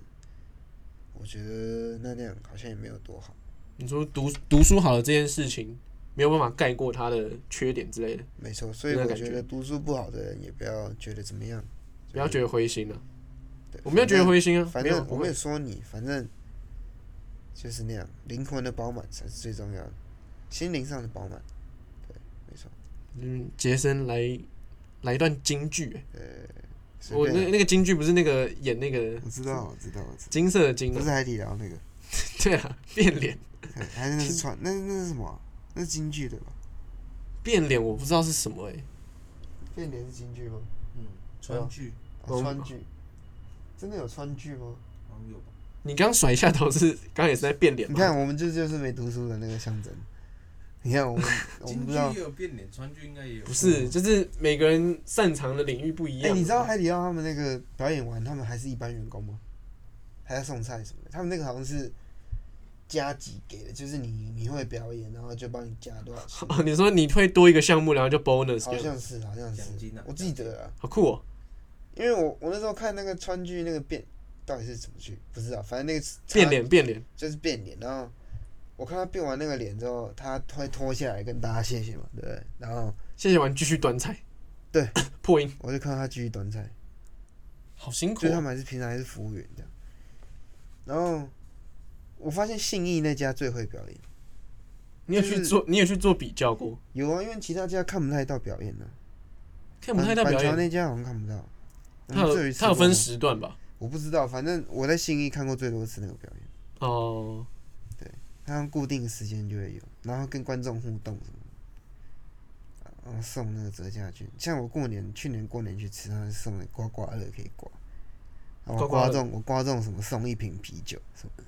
Speaker 2: 我觉得那样好像也没有多好。
Speaker 3: 你说读读书好的这件事情没有办法盖过他的缺点之类的，
Speaker 2: 没错，所以
Speaker 3: 那
Speaker 2: 我
Speaker 3: 感
Speaker 2: 觉
Speaker 3: 觉
Speaker 2: 得读书不好的人也不要觉得怎么样，
Speaker 3: 不要觉得灰心啊！
Speaker 2: 对
Speaker 3: 我没有觉得灰心啊，
Speaker 2: 反
Speaker 3: 没
Speaker 2: 正
Speaker 3: 有，
Speaker 2: 我
Speaker 3: 不
Speaker 2: 没
Speaker 3: 会，
Speaker 2: 有说你，反正就是那样，灵魂的饱满才是最重要的，心灵上的饱满。对，没错。
Speaker 3: 嗯，杰森来来一段京剧欸，
Speaker 2: 随
Speaker 3: 我
Speaker 2: 便啊
Speaker 3: 那那个京剧不是那个演那个
Speaker 2: 我知道，我知道，我知
Speaker 3: 金色的金
Speaker 2: 道，不
Speaker 3: 啊
Speaker 2: 是，海底捞那个，
Speaker 3: [LAUGHS] 对啊，变脸
Speaker 2: 还是那是川，那那是什么啊？那是京剧对吧？
Speaker 3: 变脸，我不知道是什么哎，
Speaker 2: 变脸是京剧吗？
Speaker 4: 嗯，川剧
Speaker 2: 啊
Speaker 3: 我
Speaker 2: 川剧，真的有川剧吗？
Speaker 4: 好像有吧？
Speaker 3: 你刚甩一下头是刚刚也是在变脸
Speaker 2: 你
Speaker 3: 吗，
Speaker 2: 看，我们这就是没读书的那个象征。你看，我们我们
Speaker 4: 京
Speaker 2: 不
Speaker 4: 剧
Speaker 2: 知道
Speaker 4: 也。有变脸，川剧应该也有。
Speaker 3: 不是，就是每个人擅长的领域不一
Speaker 2: 哎、
Speaker 3: 样。
Speaker 2: 你知道海底捞他们那个表演完，他们还是一般员工吗？还要送菜什么的？他们那个好像是加级给的，就是你你会表演，然后就帮你加多少钱，
Speaker 3: 哦，你说你会多一个项目，然后就 bonus，
Speaker 2: 好
Speaker 3: 这样
Speaker 2: 像是好像是
Speaker 4: 奖金啊，
Speaker 2: 我记得啊，
Speaker 3: 好酷哦！
Speaker 2: 因为我我那时候看那个川剧那个变到底是怎么去，不知道，反正那个
Speaker 3: 变脸变脸，
Speaker 2: 就是变脸，然后我看他变完那个脸之后，他会脱下来跟大家谢谢嘛，对不对？然后
Speaker 3: 谢谢完继续端菜，
Speaker 2: 对，
Speaker 3: [COUGHS] 破音，
Speaker 2: 我就看到他继续端菜。
Speaker 3: 好辛苦
Speaker 2: 就是他
Speaker 3: 哦。
Speaker 2: 们还是平常还是服务员这样。然后我发现信义那家最会表演，
Speaker 3: 你有
Speaker 2: 就
Speaker 3: 去
Speaker 2: 是
Speaker 3: 做，你有去做比较过，
Speaker 2: 有啊，因为其他家看不太到表演呢、啊
Speaker 3: 看不太到
Speaker 2: 板
Speaker 3: 表
Speaker 2: 板桥
Speaker 3: 演，
Speaker 2: 那家好像看不到。我
Speaker 3: 他
Speaker 2: 们这
Speaker 3: 有
Speaker 2: 里
Speaker 3: 他有分时段吧？
Speaker 2: 我不知道，反正我在信义看过最多次那个表演，
Speaker 3: 哦，
Speaker 2: 他们固定时间就会有，然后跟观众互动什么的，然后送那个折价券。像我过年去年过年去吃，他送的刮刮乐可以刮，然后我
Speaker 3: 刮刮
Speaker 2: 刮
Speaker 3: 乐
Speaker 2: 中我刮中什么送一瓶啤酒什么的。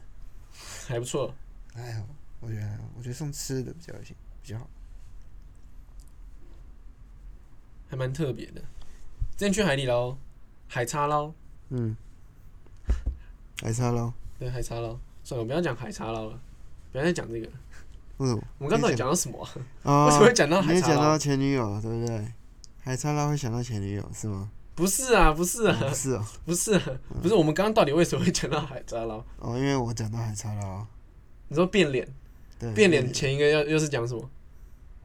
Speaker 3: 还不错。
Speaker 2: 还好，哎我觉得还好，我觉得送吃的比较行，比较好。
Speaker 3: 还蛮特别的。之前去海底捞，海叉捞，
Speaker 2: 嗯，还差喽。
Speaker 3: 对，海叉捞。算了，我们不要讲海叉捞了，不要再讲这个了。
Speaker 2: 为 [LAUGHS] 什么？
Speaker 3: 我们刚才讲到什么啊、
Speaker 2: 啊
Speaker 3: 为什么会讲到海
Speaker 2: 没有
Speaker 3: 叉
Speaker 2: 讲
Speaker 3: 捞
Speaker 2: 到？前女友，对不对？还差捞会想到前女友是吗？
Speaker 3: 不是啊，不是啊，
Speaker 2: 哦不是哦，
Speaker 3: 不是啊，不是。我们刚刚到底为什么会讲到海叉捞？
Speaker 2: 哦，因为我讲到还差捞，
Speaker 3: 你说变脸，
Speaker 2: 对，
Speaker 3: 变脸，前一个要又是讲什么？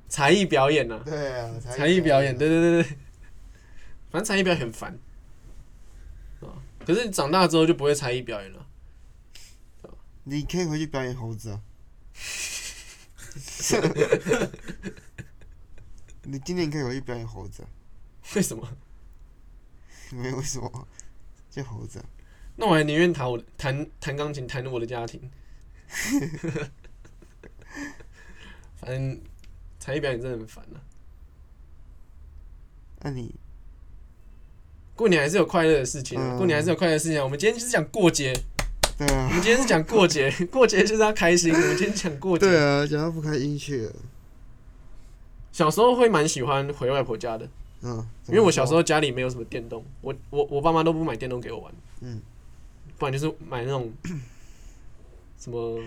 Speaker 3: 才艺表演呐、啊，
Speaker 2: 对啊，
Speaker 3: 才艺表演，，对对对对。反正才艺表演很烦啊，可是你长大之后就不会才艺表演了。 [LAUGHS]
Speaker 2: 你可以回去表演猴 [LAUGHS] 子啊。你今年可以回去表演猴子、啊， [LAUGHS]
Speaker 3: 为什么？
Speaker 2: 没有为什么？就猴子、啊，
Speaker 3: 那我还宁愿弹我的弹弹钢琴，弹我的家庭。 [LAUGHS] 反正才艺表演真的很烦啊。
Speaker 2: 那你
Speaker 3: 过年还是有快乐的事情、啊，
Speaker 2: 嗯
Speaker 3: 过年还是有快乐的事情、啊。我们今天就是讲过节，
Speaker 2: 对
Speaker 3: 我
Speaker 2: 啊，
Speaker 3: 们今天是讲过节，过节就是要开心。我们今天讲过节，
Speaker 2: 对啊，讲到不开心去了，
Speaker 3: 小时候会蛮喜欢回外婆家的，
Speaker 2: 嗯，
Speaker 3: 因为我小时
Speaker 2: 候，
Speaker 3: 候家里没有什么电动，我我我爸妈都不买电动给我玩，
Speaker 2: 嗯，
Speaker 3: 不然就是买那种 [CLEARS THROAT] 什么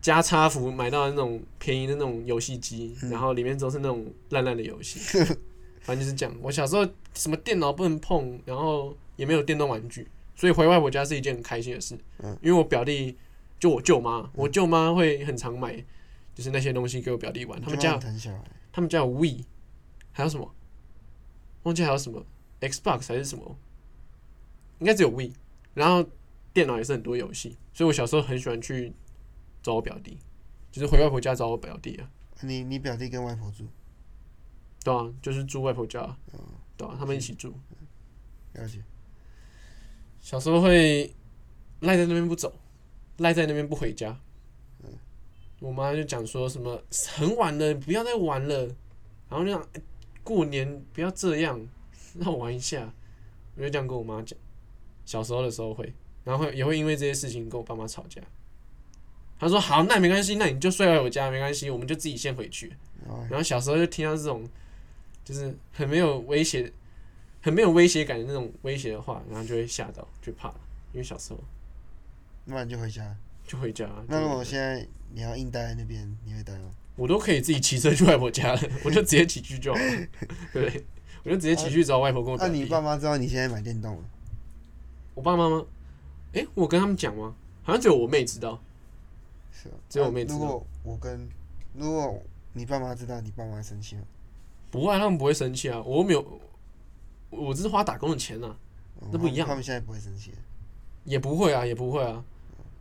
Speaker 3: 加差服，买到那种便宜的那种游戏机，
Speaker 2: 嗯
Speaker 3: 然后里面都是那种烂烂的游戏，
Speaker 2: [LAUGHS]
Speaker 3: 反正就是这样。我小时候什么电脑不能碰，然后也没有电动玩具，所以回外婆家是一件很开心的事。
Speaker 2: 嗯
Speaker 3: 因为我表弟就我舅妈，我舅妈会很常买，就是那些东西给我表弟玩。他们
Speaker 2: 就
Speaker 3: 家有
Speaker 2: 很疼小孩，
Speaker 3: 他们家有 We，还有什么？忘记还有什么 Xbox 还是什么？应该只有 We。然后电脑也是很多游戏，所以我小时候很喜欢去找我表弟，就是回外婆家找我表弟啊，
Speaker 2: 你你表弟跟外婆住，
Speaker 3: 对啊，就是住外婆家啊，
Speaker 2: 嗯，
Speaker 3: 对啊，他们一起住。
Speaker 2: 了解。
Speaker 3: 小时候会赖在那边不走，赖在那边不回家。我妈就讲说什么很晚了，不要再玩了。然后就讲哎过年不要这样， [LAUGHS] 让我玩一下。我就这样跟我妈讲，小时候的时候会，然后会也会因为这些事情跟我爸妈吵架。他说好，那没关系，那你就睡在我家没关系，我们就自己先回去。
Speaker 2: 哦，
Speaker 3: 然后小时候就听到这种，就是很没有威胁、很没有威胁感的那种威胁的话，然后就会吓到，就怕了。因为小时候
Speaker 2: 那你就回家。
Speaker 3: 就回家，
Speaker 2: 那如
Speaker 3: 就
Speaker 2: 果现在你要硬待在那边，你会待吗？
Speaker 3: 我都可以自己骑车去外婆家了，我就直接骑去就
Speaker 2: [LAUGHS]
Speaker 3: 好了，对不对？我就直接骑去找外婆跟我
Speaker 2: 啊那、
Speaker 3: 表
Speaker 2: 你
Speaker 3: 弟。
Speaker 2: 爸妈知道你现在买电动了？
Speaker 3: 我爸妈吗？诶，我跟他们讲吗？好像只有我妹知道。
Speaker 2: 是啊。
Speaker 3: 只有
Speaker 2: 那
Speaker 3: 我妹知
Speaker 2: 如
Speaker 3: 道
Speaker 2: 果我跟，如果你爸妈知道，你爸妈生气吗？
Speaker 3: 不会啊，他们不会生气啊。我又没有，我这是花打工的钱啊，
Speaker 2: 哦
Speaker 3: 那不一样
Speaker 2: 他们他们现在不会生气。
Speaker 3: 也不会啊，也不会啊。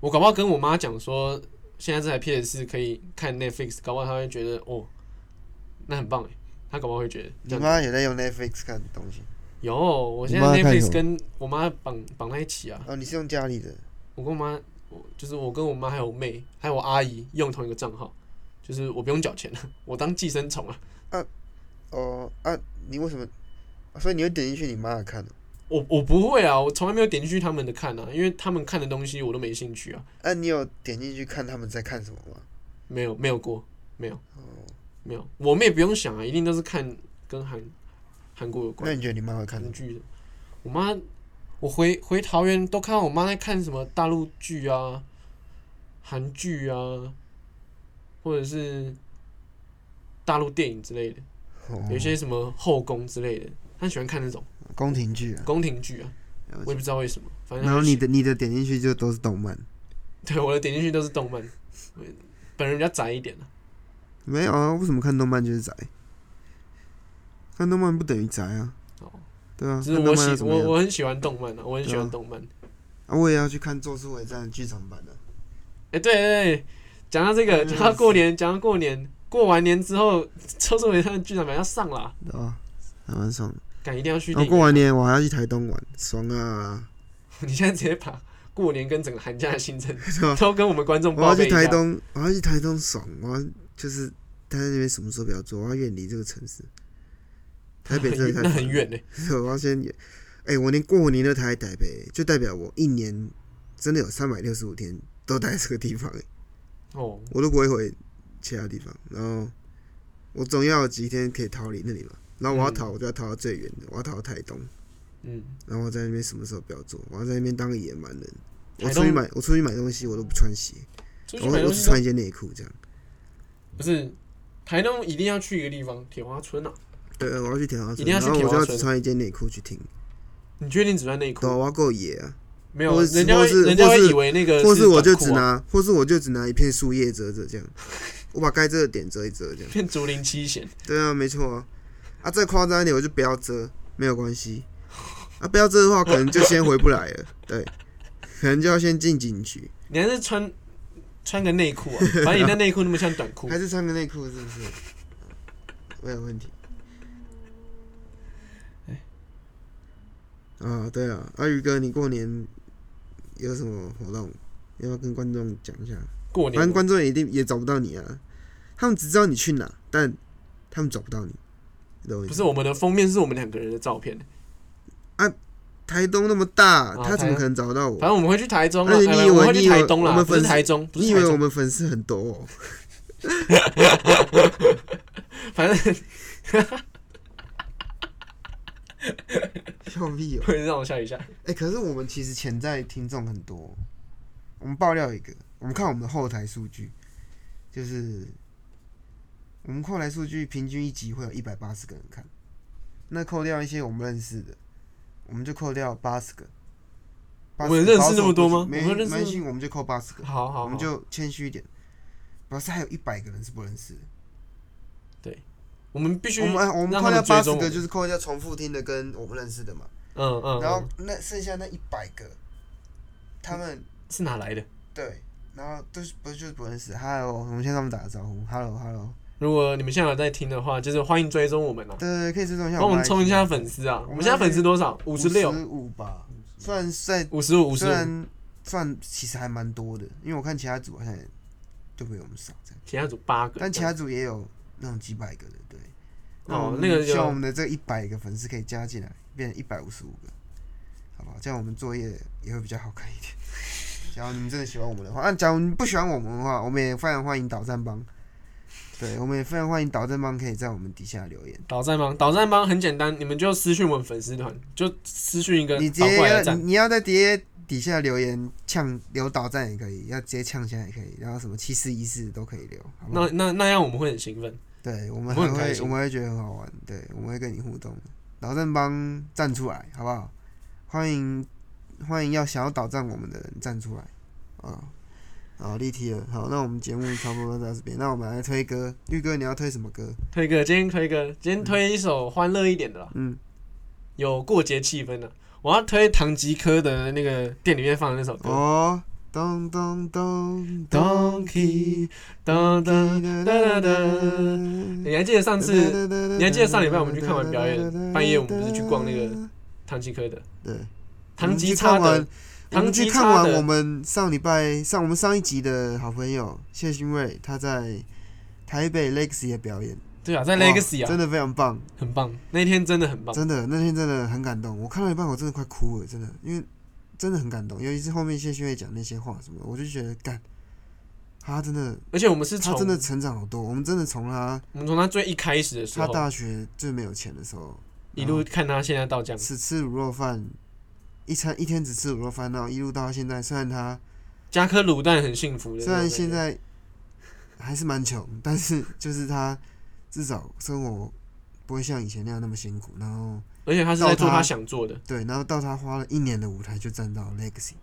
Speaker 3: 我搞不好跟我妈讲说，现在这台 PS 可以看 Netflix，搞不好她会觉得哦，那很棒哎，她搞不好会觉得这
Speaker 2: 你
Speaker 3: 样
Speaker 2: 妈有在用 Netflix 看东西？
Speaker 3: 有，我现在
Speaker 2: 你妈在看什
Speaker 3: Netflix
Speaker 2: 么
Speaker 3: 跟我妈绑绑在一起啊。
Speaker 2: 哦，你是用家里的？
Speaker 3: 我跟我妈，我就是我跟我妈还有我妹还有我阿姨用同一个账号，就是我不用缴钱了， [LAUGHS] 我当寄生虫啊。
Speaker 2: 哦啊，你为什么？所以你会点进去你妈的看的？哦
Speaker 3: 我我不会啊，我从来没有点进去他们的看啊，因为他们看的东西我都没兴趣啊，
Speaker 2: 啊，你有点进去看他们在看什么吗？
Speaker 3: 没有没有过，没有
Speaker 2: 哦，
Speaker 3: 没有，我们也不用想啊，一定都是看跟韩韩国有关
Speaker 2: 那你觉得你妈会看
Speaker 3: 韩
Speaker 2: 什么？
Speaker 3: 剧的。我妈，我回回桃园都看到我妈在看什么大陆剧啊、韩剧啊，或者是大陆电影之类的，
Speaker 2: 哦
Speaker 3: 有一些什么后宫之类的，她喜欢看那种
Speaker 2: 宫廷剧啊。
Speaker 3: 宫廷剧啊，
Speaker 2: 了
Speaker 3: 我也
Speaker 2: 解
Speaker 3: 不知道为什么，反正
Speaker 2: 然后
Speaker 3: 她
Speaker 2: 你
Speaker 3: 喜
Speaker 2: 的你的点进去就都是动漫，
Speaker 3: [LAUGHS] 对我的点进去都是动漫，我本人比较宅一点啊
Speaker 2: 没有啊？为什么看动漫就是宅？看动漫不等于宅啊？
Speaker 3: 哦，
Speaker 2: 对啊，
Speaker 3: 只是
Speaker 2: 看动
Speaker 3: 我
Speaker 2: 漫要
Speaker 3: 喜
Speaker 2: 怎
Speaker 3: 我
Speaker 2: 么样？
Speaker 3: 我很喜欢动漫啊，我很喜欢动漫。
Speaker 2: 啊，我也要去看《咒术回战》的剧场版的、
Speaker 3: 哎、对对对，讲到这个，
Speaker 2: 嗯
Speaker 3: 讲到过年，讲到过年，过完年之后，《周周伟他的剧场版要上啦，
Speaker 2: 对吧、还蛮爽的。
Speaker 3: 赶一定要去
Speaker 2: 然后
Speaker 3: 电
Speaker 2: 啊过
Speaker 3: 影
Speaker 2: 完
Speaker 3: 院。
Speaker 2: 年我还要去台东玩，爽啊！
Speaker 3: 你现在直接把过年跟整个寒假的行程
Speaker 2: 是吧？
Speaker 3: 都跟我们观众
Speaker 2: 我要
Speaker 3: 报备
Speaker 2: 去
Speaker 3: 一下
Speaker 2: 台。东，我要去台东爽，我要就是待在那边什么时候不要做，我要远离这个城市。台北真的
Speaker 3: [LAUGHS]
Speaker 2: 太
Speaker 3: 那
Speaker 2: 烦
Speaker 3: 很
Speaker 2: 了
Speaker 3: 远呢、
Speaker 2: 我要先，哎、我连过年都待在台北，就代表我一年真的有三百六十五天都待在这个地方，欸
Speaker 3: 哦，
Speaker 2: 我都不会回其他地方。然后我总要有几天可以逃离那里嘛。然后我要
Speaker 3: 嗯
Speaker 2: 逃，我就要逃到最远的，我要逃到台东。
Speaker 3: 嗯，
Speaker 2: 然后我在那边什么时候不要做？我要在那边当个野蛮人。我
Speaker 3: 台
Speaker 2: 出去
Speaker 3: 东
Speaker 2: 买，我出去买东西，我都不穿鞋，
Speaker 3: 出去
Speaker 2: 我
Speaker 3: 买
Speaker 2: 我
Speaker 3: 东
Speaker 2: 只
Speaker 3: 西都
Speaker 2: 穿一件内裤这样。
Speaker 3: 不是台东一定要去一个地方，铁花村啊。
Speaker 2: 对，我要去田花
Speaker 3: 一
Speaker 2: 村，
Speaker 3: 定要
Speaker 2: 然
Speaker 3: 去
Speaker 2: 后我
Speaker 3: 田
Speaker 2: 就
Speaker 3: 花
Speaker 2: 要
Speaker 3: 村
Speaker 2: 只穿一件内裤去听。
Speaker 3: 你确定只穿内
Speaker 2: 对啊，
Speaker 3: 裤？
Speaker 2: 我要够野啊！
Speaker 3: 没有，
Speaker 2: 或是
Speaker 3: 人家
Speaker 2: 或
Speaker 3: 会
Speaker 2: 是
Speaker 3: 人家
Speaker 2: 或
Speaker 3: 会
Speaker 2: 是
Speaker 3: 以为那个
Speaker 2: 或
Speaker 3: 是
Speaker 2: 我就
Speaker 3: 短裤
Speaker 2: 只
Speaker 3: 啊
Speaker 2: 拿，或是我就只拿一片树叶遮着这样，我把该遮的点遮一遮这样。
Speaker 3: 变竹林七贤。
Speaker 2: 对啊，没错啊。啊，再夸张一点，我就不要遮，没有关系。啊，不要遮的话，可能就先回不
Speaker 3: [LAUGHS]
Speaker 2: 来了。对，可能就要先进警局，
Speaker 3: 你还是穿穿个内
Speaker 2: [LAUGHS]
Speaker 3: 裤啊，反正你那内裤那么像短裤
Speaker 2: 还。是穿个内裤是不是？
Speaker 3: 哦
Speaker 2: 没有问题。
Speaker 3: 哎
Speaker 2: 啊，对了，阿、宇哥，你过年有什么活动？要不要跟观众讲一下？
Speaker 3: 过
Speaker 2: 反
Speaker 3: 年
Speaker 2: 正观众也一定也找不到你啊，他们只知道你去哪，但他们找不到你，你懂我意
Speaker 3: 不
Speaker 2: 思吗？
Speaker 3: 是我们的封面是我们两个人的照片，
Speaker 2: 台东那么大，
Speaker 3: 啊
Speaker 2: 他怎么可能找得到
Speaker 3: 反
Speaker 2: 我？
Speaker 3: 正我们会去台中啊，
Speaker 2: 而且
Speaker 3: 哎
Speaker 2: 你以为
Speaker 3: 我们会去台东
Speaker 2: 你以为我
Speaker 3: 啦，
Speaker 2: 们
Speaker 3: 不是
Speaker 2: 粉丝
Speaker 3: 台中，不
Speaker 2: 你
Speaker 3: 是
Speaker 2: 以
Speaker 3: 台
Speaker 2: 为我
Speaker 3: 中，
Speaker 2: 们粉丝很多、
Speaker 3: [LAUGHS]
Speaker 2: 哦？
Speaker 3: [LAUGHS] 反正
Speaker 2: 笑屁哦！
Speaker 3: 会让我笑一下。
Speaker 2: 哎、可是我们其实潜在听众很多哦、我们爆料一个，我们看我们的后台数据，就是我们后台数据平均一集会有一百八十个人看，那扣掉一些我们认识的，我们就扣掉八十个。
Speaker 3: 我们认识那么多吗
Speaker 2: 没
Speaker 3: 我们认识
Speaker 2: 没关系，我们就扣八十个。
Speaker 3: [LAUGHS] 好好，
Speaker 2: 我们
Speaker 3: 好
Speaker 2: 就谦虚一点。表示还有一百个人是不认识的。
Speaker 3: 我们必须
Speaker 2: 我们哎我们
Speaker 3: 让
Speaker 2: 扣
Speaker 3: 他
Speaker 2: 掉
Speaker 3: 们
Speaker 2: 八
Speaker 3: 追
Speaker 2: 十
Speaker 3: 踪我
Speaker 2: 个，
Speaker 3: 们，
Speaker 2: 就是扣掉重复听的跟我们认识的嘛。
Speaker 3: 嗯嗯，
Speaker 2: 然后
Speaker 3: 嗯
Speaker 2: 那剩下那一百个，他们
Speaker 3: 是哪来的？
Speaker 2: 对，然后都是不就是不认识。Hello，我们先跟他们打个招呼。Hello，Hello，
Speaker 3: 如果你们现在有在听的话，就是欢迎追踪我们啊，
Speaker 2: 对对，对可以追踪一下。
Speaker 3: 帮我们冲一下粉丝啊！我
Speaker 2: 我们
Speaker 3: 们现在粉丝多少？五十六、
Speaker 2: 五吧，算在
Speaker 3: 五十五、五十
Speaker 2: 虽
Speaker 3: 五，
Speaker 2: 然算其实还蛮多的，因为我看其他组好像也就没有我们少这样，
Speaker 3: 其他组八个。
Speaker 2: 但其他组也有那种几百个的，对。那我
Speaker 3: 哦
Speaker 2: 们，
Speaker 3: 那个
Speaker 2: 希望我
Speaker 3: 就
Speaker 2: 们的这一百个粉丝可以加进来，变成一百五十五个，好不好？这样我们作业也会比较好看一点。假如你们真的喜欢我们的话，啊，假如你不喜欢我们的话，我们也非常欢迎导战帮。对，我们也非常欢迎导战帮可以在我们底下留言。
Speaker 3: 导战帮，导战帮很简单，你们就私讯我们粉丝团，就私讯一个
Speaker 2: 你直
Speaker 3: 倒
Speaker 2: 接
Speaker 3: 呃过来的
Speaker 2: 要你
Speaker 3: 赞，
Speaker 2: 你要在底下底下留言呛留导战也可以，要直接呛下也可以，然后什么七四一四都可以留，好不好
Speaker 3: 那？那那样我们会很兴奋。
Speaker 2: 对，我们
Speaker 3: 我
Speaker 2: 还
Speaker 3: 很开
Speaker 2: 会
Speaker 3: 心
Speaker 2: 我们会觉得很好玩，对，我们会跟你互动的。导战帮站出来，好不好？欢迎欢迎要想要导战我们的人站出来啊！好，立体了。好，那我们节目差不多到这边，那我们来推歌。玉哥，你要推什么歌？
Speaker 3: 推歌，今天推歌，今天推一首欢乐一点的啦，
Speaker 2: 嗯，
Speaker 3: 有过节气氛的。我要推唐吉诃德的那个店里面放的那首歌，
Speaker 2: 哦，咚咚咚
Speaker 3: 咚咚
Speaker 2: 咚
Speaker 3: 噔噔噔噔噔。
Speaker 2: 噔。
Speaker 3: 你还记得上次
Speaker 2: 你
Speaker 3: 你还记得上礼拜我们去看完表演半夜我们不是去逛那个唐吉诃德？
Speaker 2: 对
Speaker 3: 唐吉诃
Speaker 2: 我们去
Speaker 3: 德
Speaker 2: 看完，我
Speaker 3: 唐
Speaker 2: 们去
Speaker 3: 吉
Speaker 2: 看
Speaker 3: 诃
Speaker 2: 完我
Speaker 3: 德，
Speaker 2: 们上礼拜上我们上一集的好朋友谢欣瑞，他在台北 Legacy 的表演，
Speaker 3: 对啊，在
Speaker 2: 哇
Speaker 3: Legacy
Speaker 2: 真
Speaker 3: 啊，
Speaker 2: 的非常棒，
Speaker 3: 很棒，那一天真的很棒。
Speaker 2: 真的那天真的很感动，我看到一半我真的快哭了，真的，因为真的很感动，尤其是后面谢欣瑞讲那些话什么的，我就觉得干，他真的
Speaker 3: 而且我们是
Speaker 2: 他
Speaker 3: 从
Speaker 2: 真的成长好多，我们真的从他
Speaker 3: 我们从他最一开始的时
Speaker 2: 他嗯
Speaker 3: 候，
Speaker 2: 大学最没有钱的时候，
Speaker 3: 一路看他现在到这样，
Speaker 2: 只吃卤肉饭，一餐一天只吃卤肉饭，然后一路到现在，虽然他
Speaker 3: 加颗卤蛋很幸福的那种
Speaker 2: 虽
Speaker 3: 感觉。
Speaker 2: 然现在还是蛮穷，但是就是他至少生活不会像以前那样那么辛苦。然后
Speaker 3: 而且他是在做
Speaker 2: 到他
Speaker 3: 他想做的，
Speaker 2: 对，然后到他花了一年的舞台就站到 Legacy，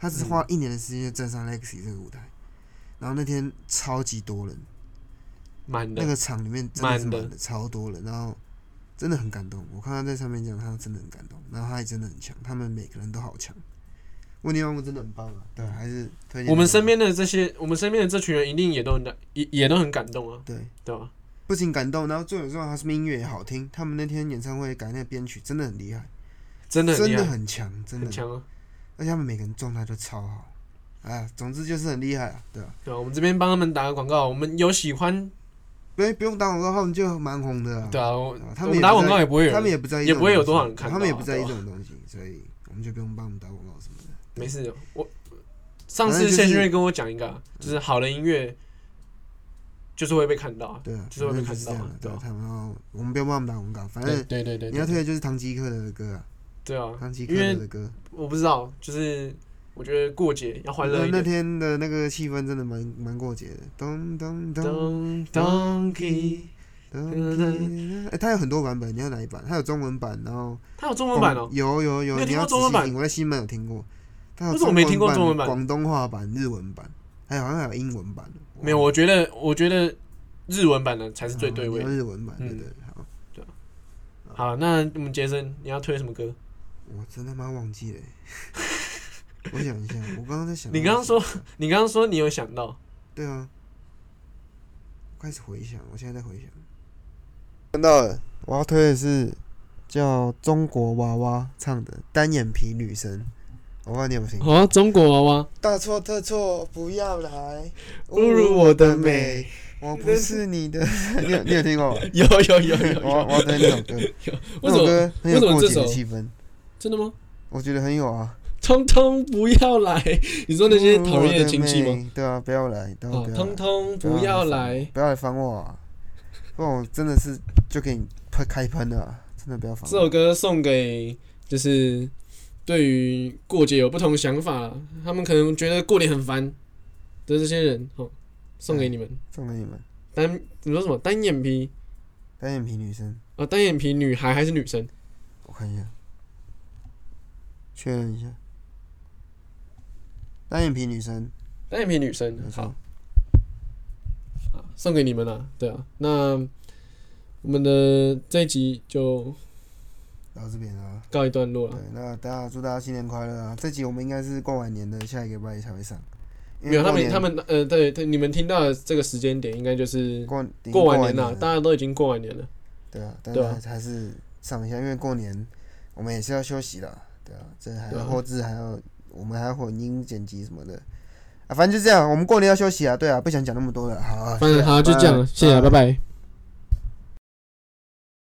Speaker 2: 他
Speaker 3: 嗯
Speaker 2: 只花一年的时间就站上 Legacy 这个舞台。然后那天超级多人，
Speaker 3: 满
Speaker 2: 那
Speaker 3: 的。
Speaker 2: 个场里面真的是
Speaker 3: 满的
Speaker 2: 满的，超多人，然后真的很感动。我看他在上面讲，他真的很感动，然后他也真的很强，他们每个人都好强。问题万物真的很棒啊，对，还是推荐
Speaker 3: 我们
Speaker 2: 大家
Speaker 3: 身边的这些，我们身边的这群人一定也都很感也也都很感动啊，
Speaker 2: 对，
Speaker 3: 对吧？
Speaker 2: 不仅感动，然后最有重要，他是音乐也好听。他们那天演唱会改那个编曲真的很厉害，
Speaker 3: 真的很
Speaker 2: 真
Speaker 3: 厉
Speaker 2: 的
Speaker 3: 害，
Speaker 2: 很强，真的
Speaker 3: 很，强啊，
Speaker 2: 而且他们每个人状态都超好。哎呀，总之就是很厉害啊，对啊，
Speaker 3: 对吧？我们这边帮他们打个广告，我们有喜欢，
Speaker 2: 不不用打广告，他们就蛮红的啊。
Speaker 3: 对啊，我
Speaker 2: 啊他
Speaker 3: 我
Speaker 2: 们
Speaker 3: 们
Speaker 2: 也不在
Speaker 3: 打广告也不会有人，
Speaker 2: 他们也不在意
Speaker 3: 也
Speaker 2: 这种东西，
Speaker 3: 不会有多少人看到啊
Speaker 2: 他们也不在意
Speaker 3: 对
Speaker 2: 这
Speaker 3: 吧
Speaker 2: 种东西，所以我们就不用帮他们打广告什么的。
Speaker 3: 没事，我上
Speaker 2: 反正
Speaker 3: 次
Speaker 2: 就是嗯
Speaker 3: 谢欣瑞跟我讲一个啊，就是好的音乐就是会被看到啊，
Speaker 2: 对啊，
Speaker 3: 就是会被
Speaker 2: 反正
Speaker 3: 看
Speaker 2: 是
Speaker 3: 到
Speaker 2: 这样
Speaker 3: 嘛
Speaker 2: 的，，对
Speaker 3: 对
Speaker 2: 啊
Speaker 3: 吧？
Speaker 2: 他们要我们不用帮他们打广告，反
Speaker 3: 对
Speaker 2: 正
Speaker 3: 对对对，
Speaker 2: 你要推
Speaker 3: 对
Speaker 2: 的就是唐吉诃德的歌啊，
Speaker 3: 对啊
Speaker 2: 唐，吉诃
Speaker 3: 因
Speaker 2: 德
Speaker 3: 为
Speaker 2: 的歌。
Speaker 3: 我不知道，就是我觉得过节要欢乐
Speaker 2: 那
Speaker 3: 一
Speaker 2: 那
Speaker 3: 点。
Speaker 2: 天的那个气氛真的蛮蛮过节的，咚咚咚。
Speaker 3: Don Donkey，
Speaker 2: 哎、欸，它有很多版本，你要哪一版？它有中文版，然后
Speaker 3: 它有中文版哦，
Speaker 2: 有有有，
Speaker 3: 你有
Speaker 2: 你
Speaker 3: 听
Speaker 2: 要
Speaker 3: 过
Speaker 2: 仔
Speaker 3: 中文版
Speaker 2: 细听，我在西门有听过。它有
Speaker 3: 为什么我没听过
Speaker 2: 版
Speaker 3: 中文版
Speaker 2: 广东话版、日文版，还有好像还有英文版。
Speaker 3: 没有，我觉得我觉得日文版的才是最对
Speaker 2: 哦
Speaker 3: 味
Speaker 2: 你
Speaker 3: 的
Speaker 2: 要。日文版，
Speaker 3: 嗯
Speaker 2: 对对对好，
Speaker 3: 好，那我们杰森，你要推什么歌？
Speaker 2: 我真他妈忘记了 [LAUGHS] 欸。我想一下，我刚刚在想。
Speaker 3: 你刚刚说，你刚刚说你有想到，
Speaker 2: 对啊，开始回想，我现在在回想。看到了，我要推的是叫中国娃娃唱的《单眼皮女神》，我不知道你有没有听过。
Speaker 3: 哦，中国娃娃，
Speaker 2: 大错特错，不要来
Speaker 3: 侮辱我的美。
Speaker 2: 我不是你
Speaker 3: [LAUGHS]
Speaker 2: 的，你有你有听过吗？
Speaker 3: [LAUGHS] 有有有有
Speaker 2: 我要
Speaker 3: 有，
Speaker 2: 我要推
Speaker 3: [LAUGHS]
Speaker 2: 那首歌，
Speaker 3: 为
Speaker 2: 那
Speaker 3: 什么？为
Speaker 2: 首歌很有
Speaker 3: 什么
Speaker 2: 过
Speaker 3: 这
Speaker 2: 节的
Speaker 3: 首
Speaker 2: 气氛，
Speaker 3: 真的吗？
Speaker 2: 我觉得很有啊。
Speaker 3: 通通不要来，你说那些
Speaker 2: 侮辱
Speaker 3: 讨
Speaker 2: 我
Speaker 3: 厌的亲戚
Speaker 2: 美
Speaker 3: 吗？？
Speaker 2: 对啊，不要来，对啊
Speaker 3: 哦
Speaker 2: 不，要来
Speaker 3: 通通不要来，
Speaker 2: 不要来烦我啊！不然我真的是就给你喷开喷了啊，真的不要烦
Speaker 3: 这首
Speaker 2: 我。
Speaker 3: 歌送给就是对于过节有不同想法，他们可能觉得过年很烦的这些人，哦，送给你们。
Speaker 2: 送给你们
Speaker 3: 单你说什么单眼皮
Speaker 2: 单眼皮女生，
Speaker 3: 啊、单眼皮女孩还是女生？
Speaker 2: 我看一下，确认一下。单眼皮女生，
Speaker 3: 单眼皮女生
Speaker 2: 没，错
Speaker 3: 好，好送给你们了。对啊，那我们的这一集就
Speaker 2: 到这边啊。
Speaker 3: 告一段落
Speaker 2: 对
Speaker 3: 了。，
Speaker 2: 那大家祝大家新年快乐啊！这集我们应该是过完年的下一个礼拜才会上，因
Speaker 3: 没
Speaker 2: 为
Speaker 3: 有，他
Speaker 2: 过
Speaker 3: 们
Speaker 2: 年
Speaker 3: 他们呃，对对，你们听到的这个时间点，应该就是
Speaker 2: 过已经
Speaker 3: 过
Speaker 2: 完
Speaker 3: 完年了，
Speaker 2: 了，
Speaker 3: 大家都已经过完年了。
Speaker 2: 对啊，但是
Speaker 3: 对啊
Speaker 2: 还还是上一下，因为过年我们也是要休息的，对啊，这还
Speaker 3: 对
Speaker 2: 要
Speaker 3: 啊
Speaker 2: 后置，还要我们还要混音剪辑什么的啊，反正就这样，我们过年要休息啊，对啊，不想讲那么多了，好啊，
Speaker 3: 反正好，就这样了，谢谢啊，拜拜。